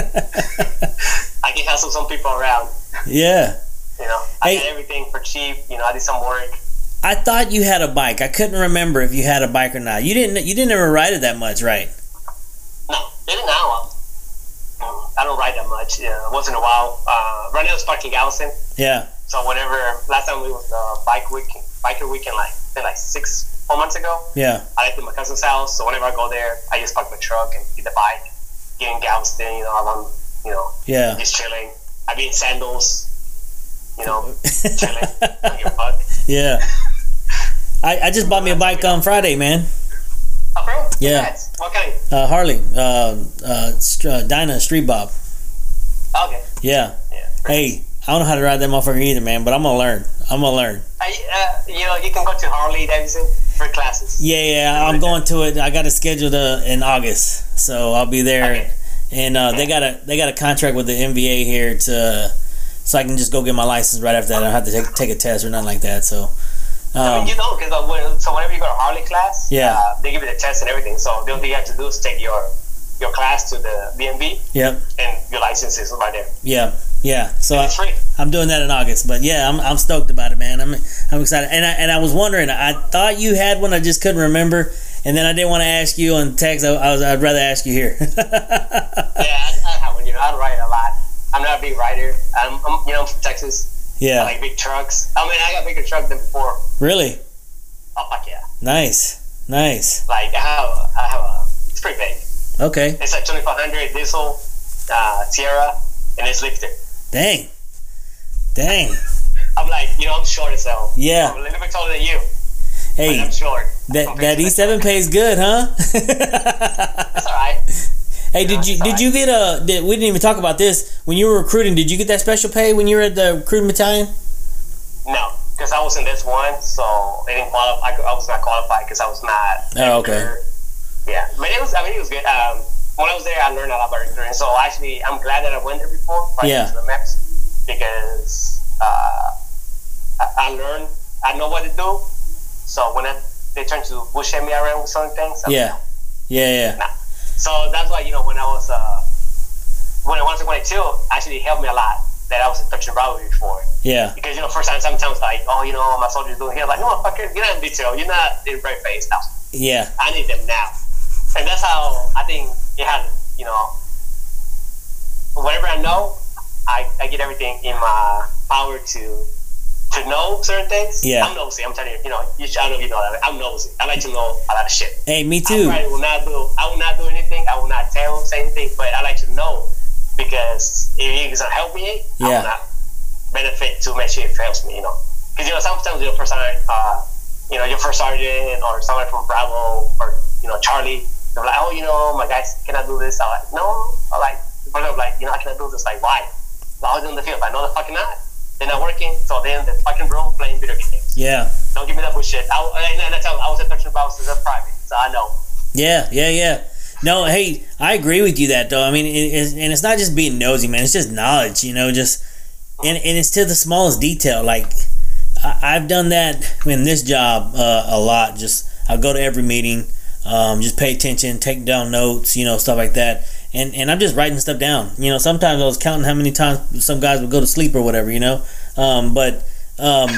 Speaker 3: I can hustle some people around.
Speaker 2: Yeah,
Speaker 3: You know, I
Speaker 2: Hey.
Speaker 3: get everything for cheap. You know, I do some work.
Speaker 2: I thought you had a bike. I couldn't remember if you had a bike or not. You didn't. You didn't ever ride it that much, right?
Speaker 3: No, maybe now. um, I don't ride that much. Yeah, once in a while. Uh, right now it's fucking Allison.
Speaker 2: Yeah.
Speaker 3: So whenever last time we was uh, bike week, biker weekend, like it's been like six, four months ago.
Speaker 2: Yeah.
Speaker 3: I like to my cousin's house, so whenever I go there, I just park my truck and get the bike, get in Galveston, you know, I'm on, you know,
Speaker 2: Yeah.
Speaker 3: just chilling. I be in sandals,
Speaker 2: [LAUGHS]
Speaker 3: you know, chilling. Don't give a fuck.
Speaker 2: Yeah. I, I just bought me a bike on Friday, man.
Speaker 3: Oh, for real?
Speaker 2: Yeah.
Speaker 3: Congrats. What kind?
Speaker 2: Uh, Harley, uh, uh, St- uh, Dinah Street Bob.
Speaker 3: Okay.
Speaker 2: Yeah.
Speaker 3: Yeah.
Speaker 2: Hey, I don't know how to ride that motherfucker either, man. But I'm gonna learn. I'm gonna learn.
Speaker 3: I, uh, you know, you can go to Harley Davidson for classes.
Speaker 2: Yeah, yeah. I'm going to it. I got it scheduled uh, in August, so I'll be there.
Speaker 3: Okay.
Speaker 2: And uh, they got a they got a contract with the NBA here to, so I can just go get my license right after that. I don't have to take, take a test or nothing like that. So,
Speaker 3: I mean,
Speaker 2: um,
Speaker 3: you know, because uh, when- so whenever you go to Harley class,
Speaker 2: Yeah.
Speaker 3: uh, they give you the test and everything. So the only thing you have to do is take your your class to the DMV,
Speaker 2: yeah,
Speaker 3: and your license is right there.
Speaker 2: yeah, yeah. So I,
Speaker 3: It's
Speaker 2: [LAUGHS]
Speaker 3: free.
Speaker 2: I'm doing that in August, but yeah, I'm, I'm stoked about it, man. I'm I'm excited, and I and I was wondering. I thought you had one, I just couldn't remember, and then I didn't want to ask you on text. I, I was I'd rather ask you here. [LAUGHS]
Speaker 3: Yeah, I, I have one. You know, I write a lot. I'm not a big writer. I'm, I'm you know, I'm from Texas. I
Speaker 2: yeah,
Speaker 3: like big trucks. I mean, I got bigger truck than before.
Speaker 2: really
Speaker 3: Oh fuck yeah!
Speaker 2: nice, nice.
Speaker 3: Like I have, I have a. It's pretty big.
Speaker 2: Okay,
Speaker 3: It's like 2500 diesel, uh, Sierra, and it's lifted.
Speaker 2: dang, dang.
Speaker 3: I'm like, you know, I'm short as hell.
Speaker 2: Yeah.
Speaker 3: I'm a little bit taller than you, but
Speaker 2: Hey,
Speaker 3: I'm short.
Speaker 2: that that
Speaker 3: compared to the-
Speaker 2: E7 pays good, huh? [LAUGHS]
Speaker 3: That's all right.
Speaker 2: hey, did you did you get a? Did, we didn't even talk about this when you were recruiting. Did you get that special pay when you were at the recruiting battalion?
Speaker 3: No, because I was in this one, so it didn't qualify. I, I was not qualified because I was not.
Speaker 2: Oh, okay.
Speaker 3: Yeah, but it was. I mean, it was good. Um, when I was there, I learned a lot about recruiting. So actually, I'm glad that I went there before. prior
Speaker 2: Yeah.
Speaker 3: To the maps because uh, I, I learned. I know what to do. So when I, they turned to push me around with certain things, I'm
Speaker 2: Yeah, yeah, yeah.
Speaker 3: Nah. So that's why you know when I was uh, when I was 22, actually it helped me a lot that I was in touching robbery before.
Speaker 2: Yeah,
Speaker 3: Because you know, first time sometimes like, oh, you know, my soldier's doing here. Like, no, fucker, you're not in detail. You're not in red face now.
Speaker 2: yeah,
Speaker 3: I need them now, and that's how I think it had. You know, whatever I know, I, I get everything in my power to to know certain things.
Speaker 2: Yeah.
Speaker 3: I'm nosy. I'm telling you, you know, you, should- I don't know if you know that. I'm nosy. I like to know a lot of shit.
Speaker 2: Hey, me
Speaker 3: I
Speaker 2: too.
Speaker 3: probably will not do. I will not do anything. I will not tell say anything. But I like to know because if it doesn't help me, I
Speaker 2: Yeah.
Speaker 3: will not benefit to make sure it helps me. You know, because you know sometimes your first sergeant, uh, you know your first sergeant or someone from Bravo or you know Charlie, they're like, oh, you know, my guys cannot do this. I'm like, no, I'm like, but I'm like, you know, I cannot do this. Like, why? Well, I was in the field. I know the fucking not. They're not working. So they're in the fucking room playing video games.
Speaker 2: Yeah,
Speaker 3: Don't give me that bullshit. I, and, and that's how I was at Touchdown Bravo since I'm private, so I know.
Speaker 2: yeah, yeah, yeah. No, hey, I agree with you that though. I mean, it, it's, and it's not just being nosy, man. It's just knowledge, you know. Just and, and it's to the smallest detail. Like I, I've done that in this job uh, a lot. Just I go to every meeting, um, just pay attention, take down notes, you know, stuff like that. And and I'm just writing stuff down. You know, sometimes I was counting how many times some guys would go to sleep or whatever, you know. Um, but um,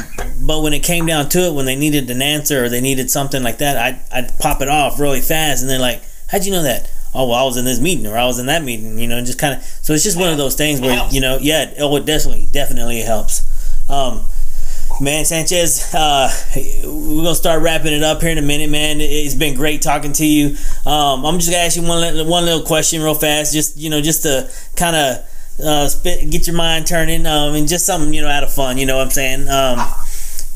Speaker 2: but when it came down to it, when they needed an answer or they needed something like that, I'd, I'd pop it off really fast, and they're like, "How'd you know that?" Oh, well, I was in this meeting or I was in that meeting, you know, and just kind of. So it's just one of those things where you know, yeah, oh, it definitely, definitely helps. Um, Man, Sanchez, uh, we're gonna start wrapping it up here in a minute, man. It- It's been great talking to you. Um, I'm just gonna ask you one li- one little question real fast, just you know, just to kind of uh, spit, get your mind turning, um, and just something you know out of fun. You know what I'm saying? Um,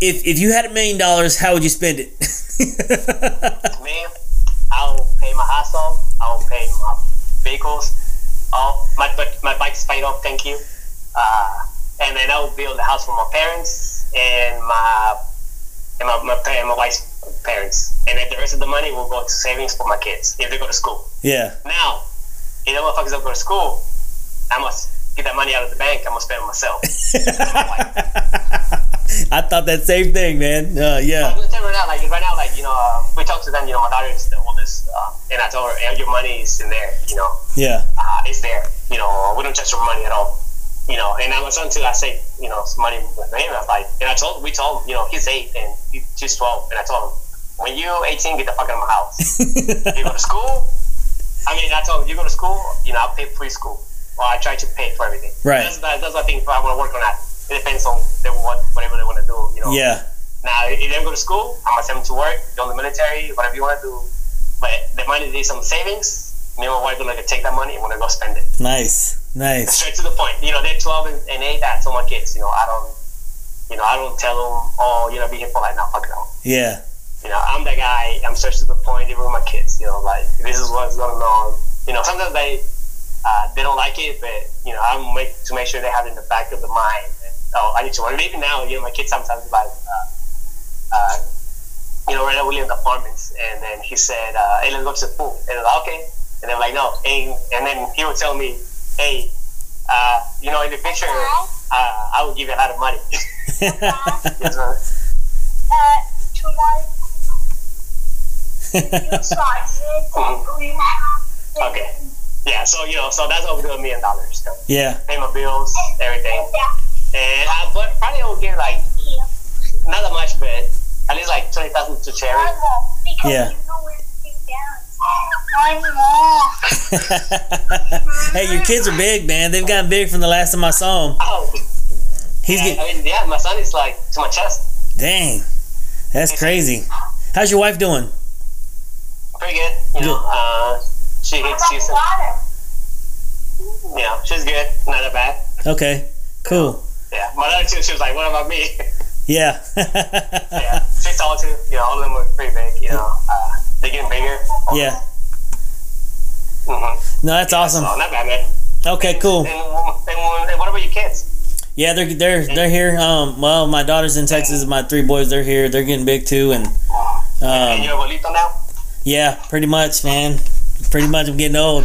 Speaker 2: if if you had a million dollars, how would you spend it?
Speaker 3: man, I'll pay my house off. I'll pay my vehicles off. My but my bike's paid off. Thank you. Uh, and then I'll build a house for my parents and my and my my, pa- my wife's parents. And then the rest of the money will go to savings for my kids if they go to school.
Speaker 2: [LAUGHS] yeah, [LAUGHS]
Speaker 3: Now, if the motherfuckers don't go to school, I must get that money out of the bank. I must spend it myself.
Speaker 2: I thought that same thing, man. Uh, yeah,
Speaker 3: I'm gonna tell her right now, like right now, like you know, uh, we talked to them. You know, my daughter is the oldest, uh, and I told her, "Hey, your money is in there. You know,
Speaker 2: yeah,
Speaker 3: uh, it's there. You know, we don't touch your money at all. you know, and I was on to I say, you know, some money with him. I was like, and I told, we told him, you know, he's eight and he, she's twelve, and I told him, when you eighteen, get the fuck out of my house. you go to school. I mean, I told him, you go to school, you know, I'll pay for your school, or I try to pay for everything.
Speaker 2: Right.
Speaker 3: That's, that, that's what I think. If I want to work on that, it depends on they what whatever they want to do. You know.
Speaker 2: Yeah.
Speaker 3: Now, if you don't go to school, I'm gonna send them to work, go in the military, whatever you want to do. But the money is some savings. Me and my wife are gonna take that money and we're gonna go spend it
Speaker 2: Nice. Nice.
Speaker 3: straight to the point. You know, they're 12 and, and 8. I told my kids, you know, I don't, you know, I don't tell them, oh, you know, be hateful like now. Fuck no.
Speaker 2: Yeah. [LAUGHS]
Speaker 3: You know, I'm that guy. I'm straight to the point. Even with my kids, you know, like this is what's going on. You know, sometimes they uh, they don't like it, but you know, I'm make to make sure they have it in the back of the mind. And, oh, I need to work. Even now, you know, my kids sometimes like. Uh, uh, you know, right now we live in apartments, and then he said, uh, "Hey, let's go to the pool." And I was like, "Okay," and they were like, "No," and, and then he would tell me, "Hey, uh, you know, in the future, uh, I will give you a lot of money." [LAUGHS] Yes, ma'am.
Speaker 4: Uh, tomorrow you start
Speaker 3: okay, yeah. So you know, so that's what we do a million dollars. you know,
Speaker 2: yeah.
Speaker 3: Pay my bills, everything, and I, but probably I would give like not that much, but at least like twenty thousand to charity.
Speaker 4: Because
Speaker 2: Yeah.
Speaker 4: you know where to down. I'm more.
Speaker 2: [LAUGHS] hey, your kids are big, man. They've gotten big from the last time I saw him.
Speaker 3: Oh,
Speaker 2: He's
Speaker 3: yeah,
Speaker 2: get,
Speaker 3: I mean, yeah. My son is like to my chest.
Speaker 2: dang. That's crazy. How's your wife doing?
Speaker 3: Pretty good, you know. Uh, she
Speaker 4: What
Speaker 3: hits
Speaker 4: about
Speaker 3: she's
Speaker 4: the water?
Speaker 3: you know, she's good, not that bad.
Speaker 2: Okay. Cool.
Speaker 3: Yeah, my other two, she was like, "What about me?" [LAUGHS]
Speaker 2: Yeah. [LAUGHS]
Speaker 3: yeah, she's tall too. You know, all of them are pretty big. You know, uh, they getting bigger.
Speaker 2: yeah.
Speaker 3: Mm-hmm.
Speaker 2: No, that's awesome.
Speaker 3: So not bad, man.
Speaker 2: Okay, cool.
Speaker 3: And, and, and what about your kids?
Speaker 2: Yeah, they're they're they're here. Um, well, my daughter's in Texas. My three boys, they're here. They're getting big too, and
Speaker 3: and
Speaker 2: um,
Speaker 3: your abuelito now?
Speaker 2: yeah, pretty much, man. Pretty much, I'm getting old. [LAUGHS]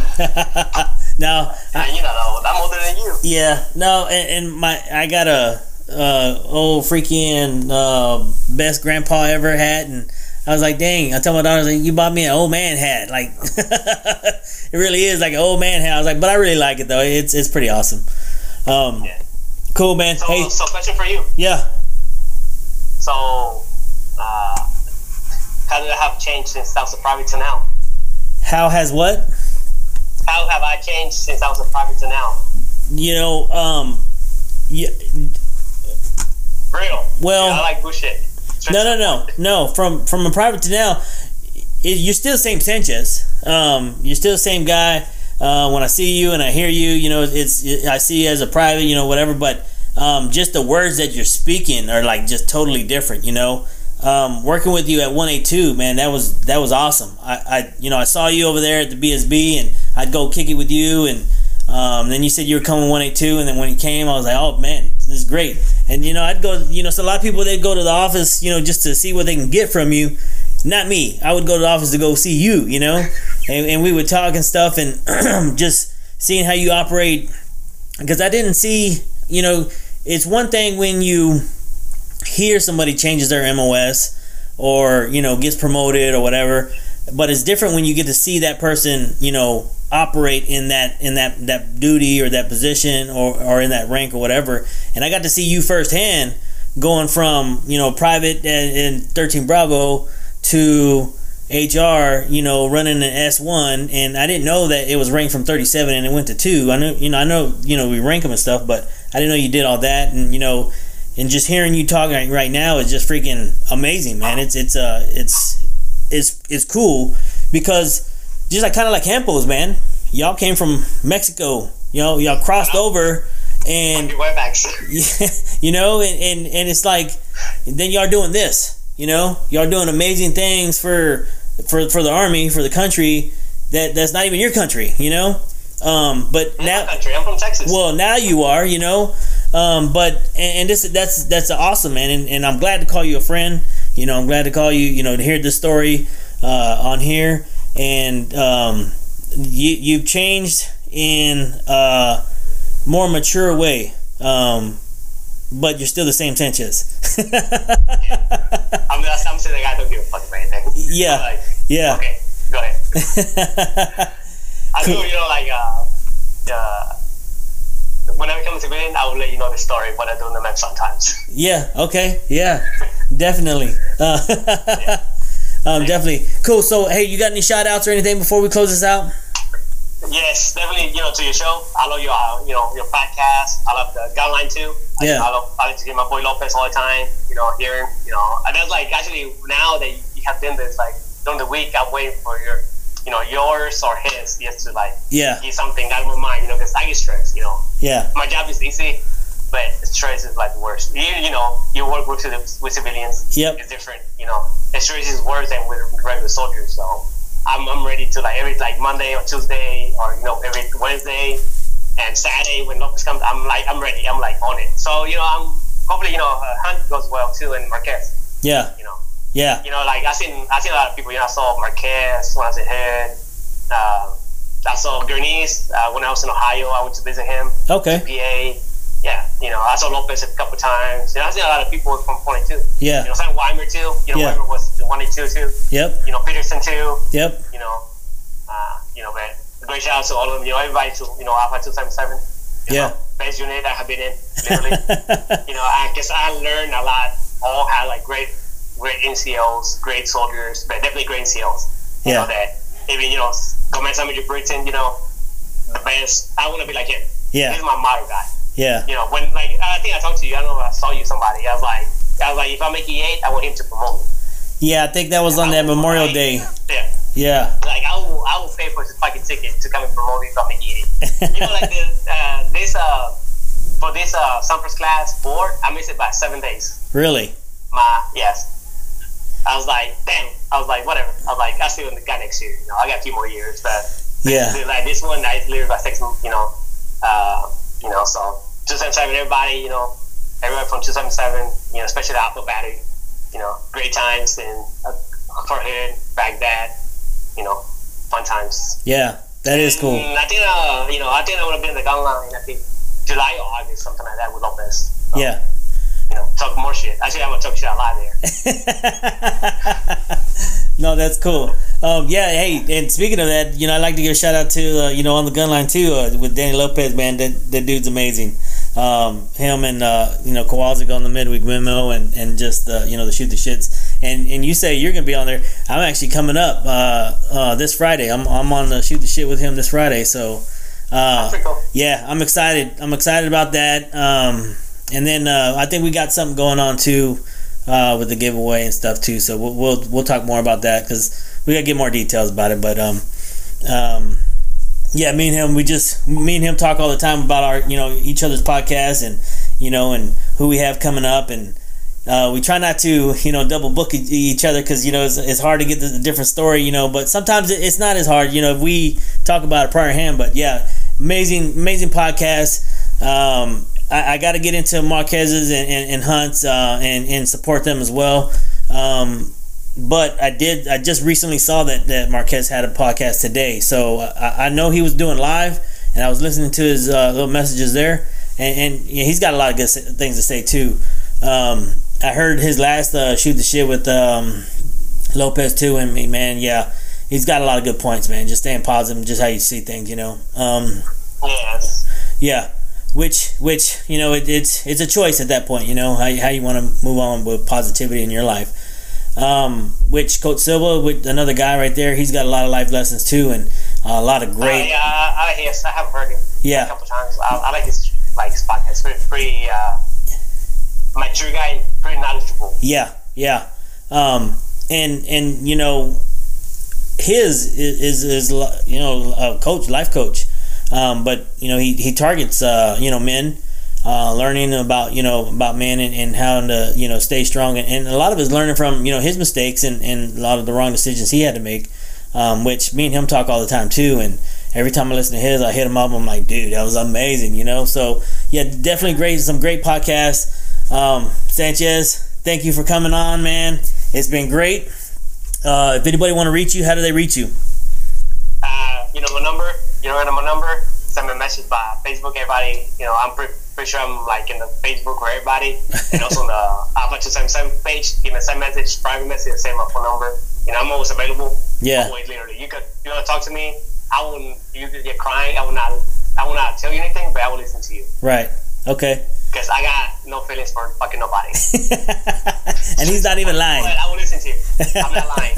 Speaker 2: now,
Speaker 3: Yeah, you know, though, I'm older than you.
Speaker 2: Yeah, no, and, and my I got a uh, old freaking uh, best grandpa I ever had, and I was like, dang, I told my daughter, I was like, you bought me an old man hat, like [LAUGHS] it really is like an old man hat. I was like, but I really like it though. It's it's pretty awesome. Um,
Speaker 3: Yeah.
Speaker 2: cool man.
Speaker 3: So,
Speaker 2: Hey,
Speaker 3: so question for you.
Speaker 2: yeah.
Speaker 3: So, uh, how did I have changed since I was a private to now?
Speaker 2: How has what?
Speaker 3: How have I changed since I was a private to now?
Speaker 2: You know, um, yeah,
Speaker 3: Real.
Speaker 2: Well-
Speaker 3: I like bullshit.
Speaker 2: no, no, no, no. From from a private to now, it, you're still the same Sanchez. Um, you're still the same guy. Uh, when I see you and I hear you, you know, it's it, I see you as a private, you know, whatever. But um, just the words that you're speaking are like just totally different, you know. Um, working with you at 182, man, that was that was awesome. I, I you know I saw you over there at the BSB, and I'd go kick it with you, and um, then you said you were coming 182, and then when you came, I was like, oh man, this is great. And you know I'd go, you know, so a lot of people they go to the office, you know, just to see what they can get from you. Not me. I would go to the office to go see you, you know, and, and we would talk and stuff, and [CLEARS THROAT] just seeing how you operate because I didn't see, you know, it's one thing when you hear somebody changes their MOS or, you know, gets promoted or whatever, but it's different when you get to see that person, you know, operate in that in that that duty or that position or or in that rank or whatever. And I got to see you firsthand going from, you know, private and, and 13 Bravo to HR, you know, running an S one, and I didn't know that it was ranked from thirty seven and it went to two. I know, you know, I know, you know, we rank them and stuff, but I didn't know you did all that, and you know, and just hearing you talking right- right now is just freaking amazing, man. It's it's uh it's it's it's cool because just like kind of like Campos, man. Y'all came from Mexico, you know, y'all crossed over, and
Speaker 3: Your webbacks.
Speaker 2: [LAUGHS] you know, and, and, and it's like, then y'all doing this, you know, y'all doing amazing things for, for, for the army, for the country that that's not even your country, you know? Um, but
Speaker 3: I'm
Speaker 2: now,
Speaker 3: from country. I'm from Texas.
Speaker 2: well, now you are, you know. Um, but and, and this that's that's awesome, man. And, and I'm glad to call you a friend. You know, I'm glad to call you. You know, to hear this story uh, on here, and um, you you've changed in a more mature way. Um, but you're still the same Sanchez.
Speaker 3: I'm, just- I'm saying the guy don't give a fuck about anything.
Speaker 2: [LAUGHS] Yeah.
Speaker 3: Like,
Speaker 2: yeah.
Speaker 3: okay, go ahead.
Speaker 2: [LAUGHS]
Speaker 3: I do, you know, like, uh, uh, whenever it comes to reading, I will let you know the story what I do in the map sometimes.
Speaker 2: Yeah. Okay. Yeah. definitely. Uh, [LAUGHS] um, definitely. Cool. So, hey, you got any shout outs or anything before we close this out?
Speaker 3: Yes, definitely. You know, to your show, I love your uh, you know your podcast. I love the guideline too. I-
Speaker 2: Yeah.
Speaker 3: I, love I like to hear my boy Lopez all the time. You know, hearing you know, and that's like actually now that you have done this, like during the week, I'm waiting for your you know yours or his just to like
Speaker 2: Yeah.
Speaker 3: get something out of my mind. You know, because I get stressed. You know,
Speaker 2: Yeah.
Speaker 3: my job is easy, but stress is like worse. You, you know, you work with, civ- with civilians.
Speaker 2: Yep.
Speaker 3: It's different. You know, And stress is worse than with regular soldiers. So I'm, I'm ready to like every like Monday or Tuesday or you know every Wednesday and Saturday when Lopez comes. I'm like I'm ready. I'm like on it. So you know I'm hopefully you know uh, Hunt goes well too and Marquez.
Speaker 2: Yeah.
Speaker 3: You know
Speaker 2: Yeah.
Speaker 3: you know, like I seen I seen a lot of people. You know, I saw Marquez when I was in Head. Uh, I saw Gurneys uh, when I was in Ohio. I went to visit him.
Speaker 2: Okay.
Speaker 3: PA. Yeah, you know, I saw Lopez a couple times. You know, I seen a lot of people from Point Two. You
Speaker 2: Yeah.
Speaker 3: know, some Weimer too. You know,
Speaker 2: Yeah.
Speaker 3: Weimer was one and two too.
Speaker 2: Yep.
Speaker 3: You know, Peterson too.
Speaker 2: Yep. [LAUGHS]
Speaker 3: You know, uh, you know, but great shout out to all of them. You know, everybody to you know Alpha Two Seven Seven. you
Speaker 2: Yeah.
Speaker 3: know, Best unit I have been in, literally. [LAUGHS] you know, I guess I learned a lot. All had like great, great NCOs, great soldiers, but definitely great NCOs. You
Speaker 2: Yeah.
Speaker 3: know that even you know, command some Major Britain. You know, the best. I want to be like him. He's
Speaker 2: Yeah.
Speaker 3: my model guy.
Speaker 2: Yeah.
Speaker 3: You know, when like I think I talked to you. I don't know. if I saw you somebody. I was like, I was like, if I make E eight, I want him to promote me.
Speaker 2: Yeah. I think that was on that Memorial Day.
Speaker 3: Yeah.
Speaker 2: Yeah. [LAUGHS]
Speaker 3: like I will, I will pay for his fucking ticket to come and promote it from the gate. You know, like this, uh, this uh, for this uh, Sampras class board, I missed it by seven days.
Speaker 2: Really.
Speaker 3: My yes, I was like, damn. I was like, whatever. I was like, I see what the guy next year. You know, I got a few more years, but
Speaker 2: Yeah.
Speaker 3: like this one, I literally by six. You know, uh, you know, so two seven seven. Everybody, you know, everyone from two seven seven. You know, especially the Alpha Battery. You know, great times in uh, Fort Hood, Baghdad. You know, fun times.
Speaker 2: Yeah. That is cool.
Speaker 3: Mm, I think uh, you know, I think I would have been the gun line. I think July or August, something like that, with Lopez. So,
Speaker 2: Yeah.
Speaker 3: You know, talk more shit. Actually, I'm gonna talk shit a lot there.
Speaker 2: [LAUGHS] no, that's cool. Um, yeah, hey, and speaking of that, you know, I'd like to give a shout out to, uh, you know, on the gun line too, uh, with Danny Lopez, man. That, that dude's amazing. Um, him and, uh, you know, Kowalczyk on the midweek memo and, and just, uh, you know, the shoot the shits. And and you say you're going to be on there. I'm actually coming up uh, uh, this Friday. I'm, I'm on the shoot the shit with him this Friday. So, uh,
Speaker 3: Pretty cool.
Speaker 2: yeah, I'm excited. I'm excited about that. Um, and then uh, I think we got something going on too uh, with the giveaway and stuff too. So we'll we'll, we'll talk more about that because we gotta get more details about it. But um, um, yeah, me and him, we just me and him talk all the time about our you know each other's podcasts and you know and who we have coming up and. Uh, we try not to, you know, double book e- each other because you know it's, it's hard to get the, the different story, you know. But sometimes it, it's not as hard, you know. If we talk about it prior hand, but yeah, amazing, amazing podcast. Um, I, I got to get into Marquez's and, and, and Hunt's uh, and and support them as well. Um, but I did. I just recently saw that that Marquez had a podcast today, so I, I know he was doing live, and I was listening to his uh, little messages there, and, and yeah, he's got a lot of good s- things to say too. Um, I heard his last uh, shoot the shit with um, Lopez too, and me, man, yeah, he's got a lot of good points, man. Just staying positive, just how you see things, you know. Um,
Speaker 3: Yes.
Speaker 2: yeah which which you know it, it's it's a choice at that point you know how, you- how you want to move on with positivity in your life um which coach silva with another guy right there he's got a lot of life lessons too and a lot of
Speaker 3: I,
Speaker 2: great
Speaker 3: uh, I, yes, I have heard him. a
Speaker 2: yeah
Speaker 3: couple times. I, I like his like his podcast. Pretty, pretty uh, mature guy, pretty knowledgeable.
Speaker 2: yeah yeah um and and you know his is is, is li- you know a coach life coach um but you know he he targets uh you know men uh, learning about you know about men and, and how to you know stay strong and, and a lot of it's learning from you know his mistakes and, and a lot of the wrong decisions he had to make um, which me and him talk all the time too and every time I listen to his I hit him up I'm like dude that was amazing you know so yeah definitely great some great podcasts um, Sanchez thank you for coming on man it's been great uh, if anybody want to reach you how do they reach you
Speaker 3: Uh, you know my number. You know my number. Send me a message by Facebook. Everybody, you know I'm pretty, pretty sure I'm like in the Facebook for everybody, and also on the Alpha Two Seven Seven page. Give me a send message, private message, send my phone number. You know I'm always available.
Speaker 2: yeah
Speaker 3: Always, literally. You could you want to talk to me? I wouldn't. You could get crying. I would not I will not tell you anything, but I will listen to you
Speaker 2: Right. Okay. [LAUGHS]
Speaker 3: because I got no feelings for fucking nobody.
Speaker 2: and he's not even lying.
Speaker 3: But I will listen to you. I'm not
Speaker 2: [LAUGHS]
Speaker 3: lying.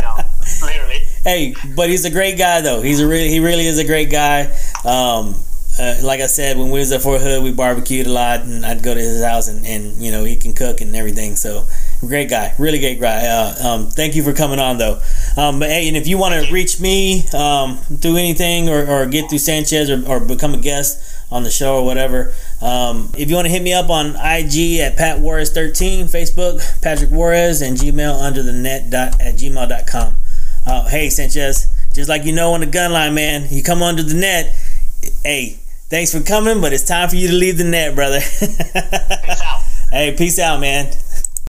Speaker 3: No, literally.
Speaker 2: hey, but he's a great guy though. He's a really he really is a great guy. Um, uh, like I said, when we was at Fort Hood, we barbecued a lot, and I'd go to his house, and, and you know he can cook and everything. So great guy, really great guy. Uh, um, thank you for coming on though. Um, but hey, and if you want to reach me, um, do anything or, or get through Sanchez or, or become a guest on the show or whatever. Um, if you want to hit me up on IG at Pat Juarez 13, Facebook Patrick Juarez, and Gmail under the net dot at gmail.com. Oh, hey Sanchez, just like you know on the gun line, man, you come under the net. Hey, thanks for coming, but it's time for you to leave the net, brother.
Speaker 3: Peace out.
Speaker 2: [LAUGHS] hey, peace out, man.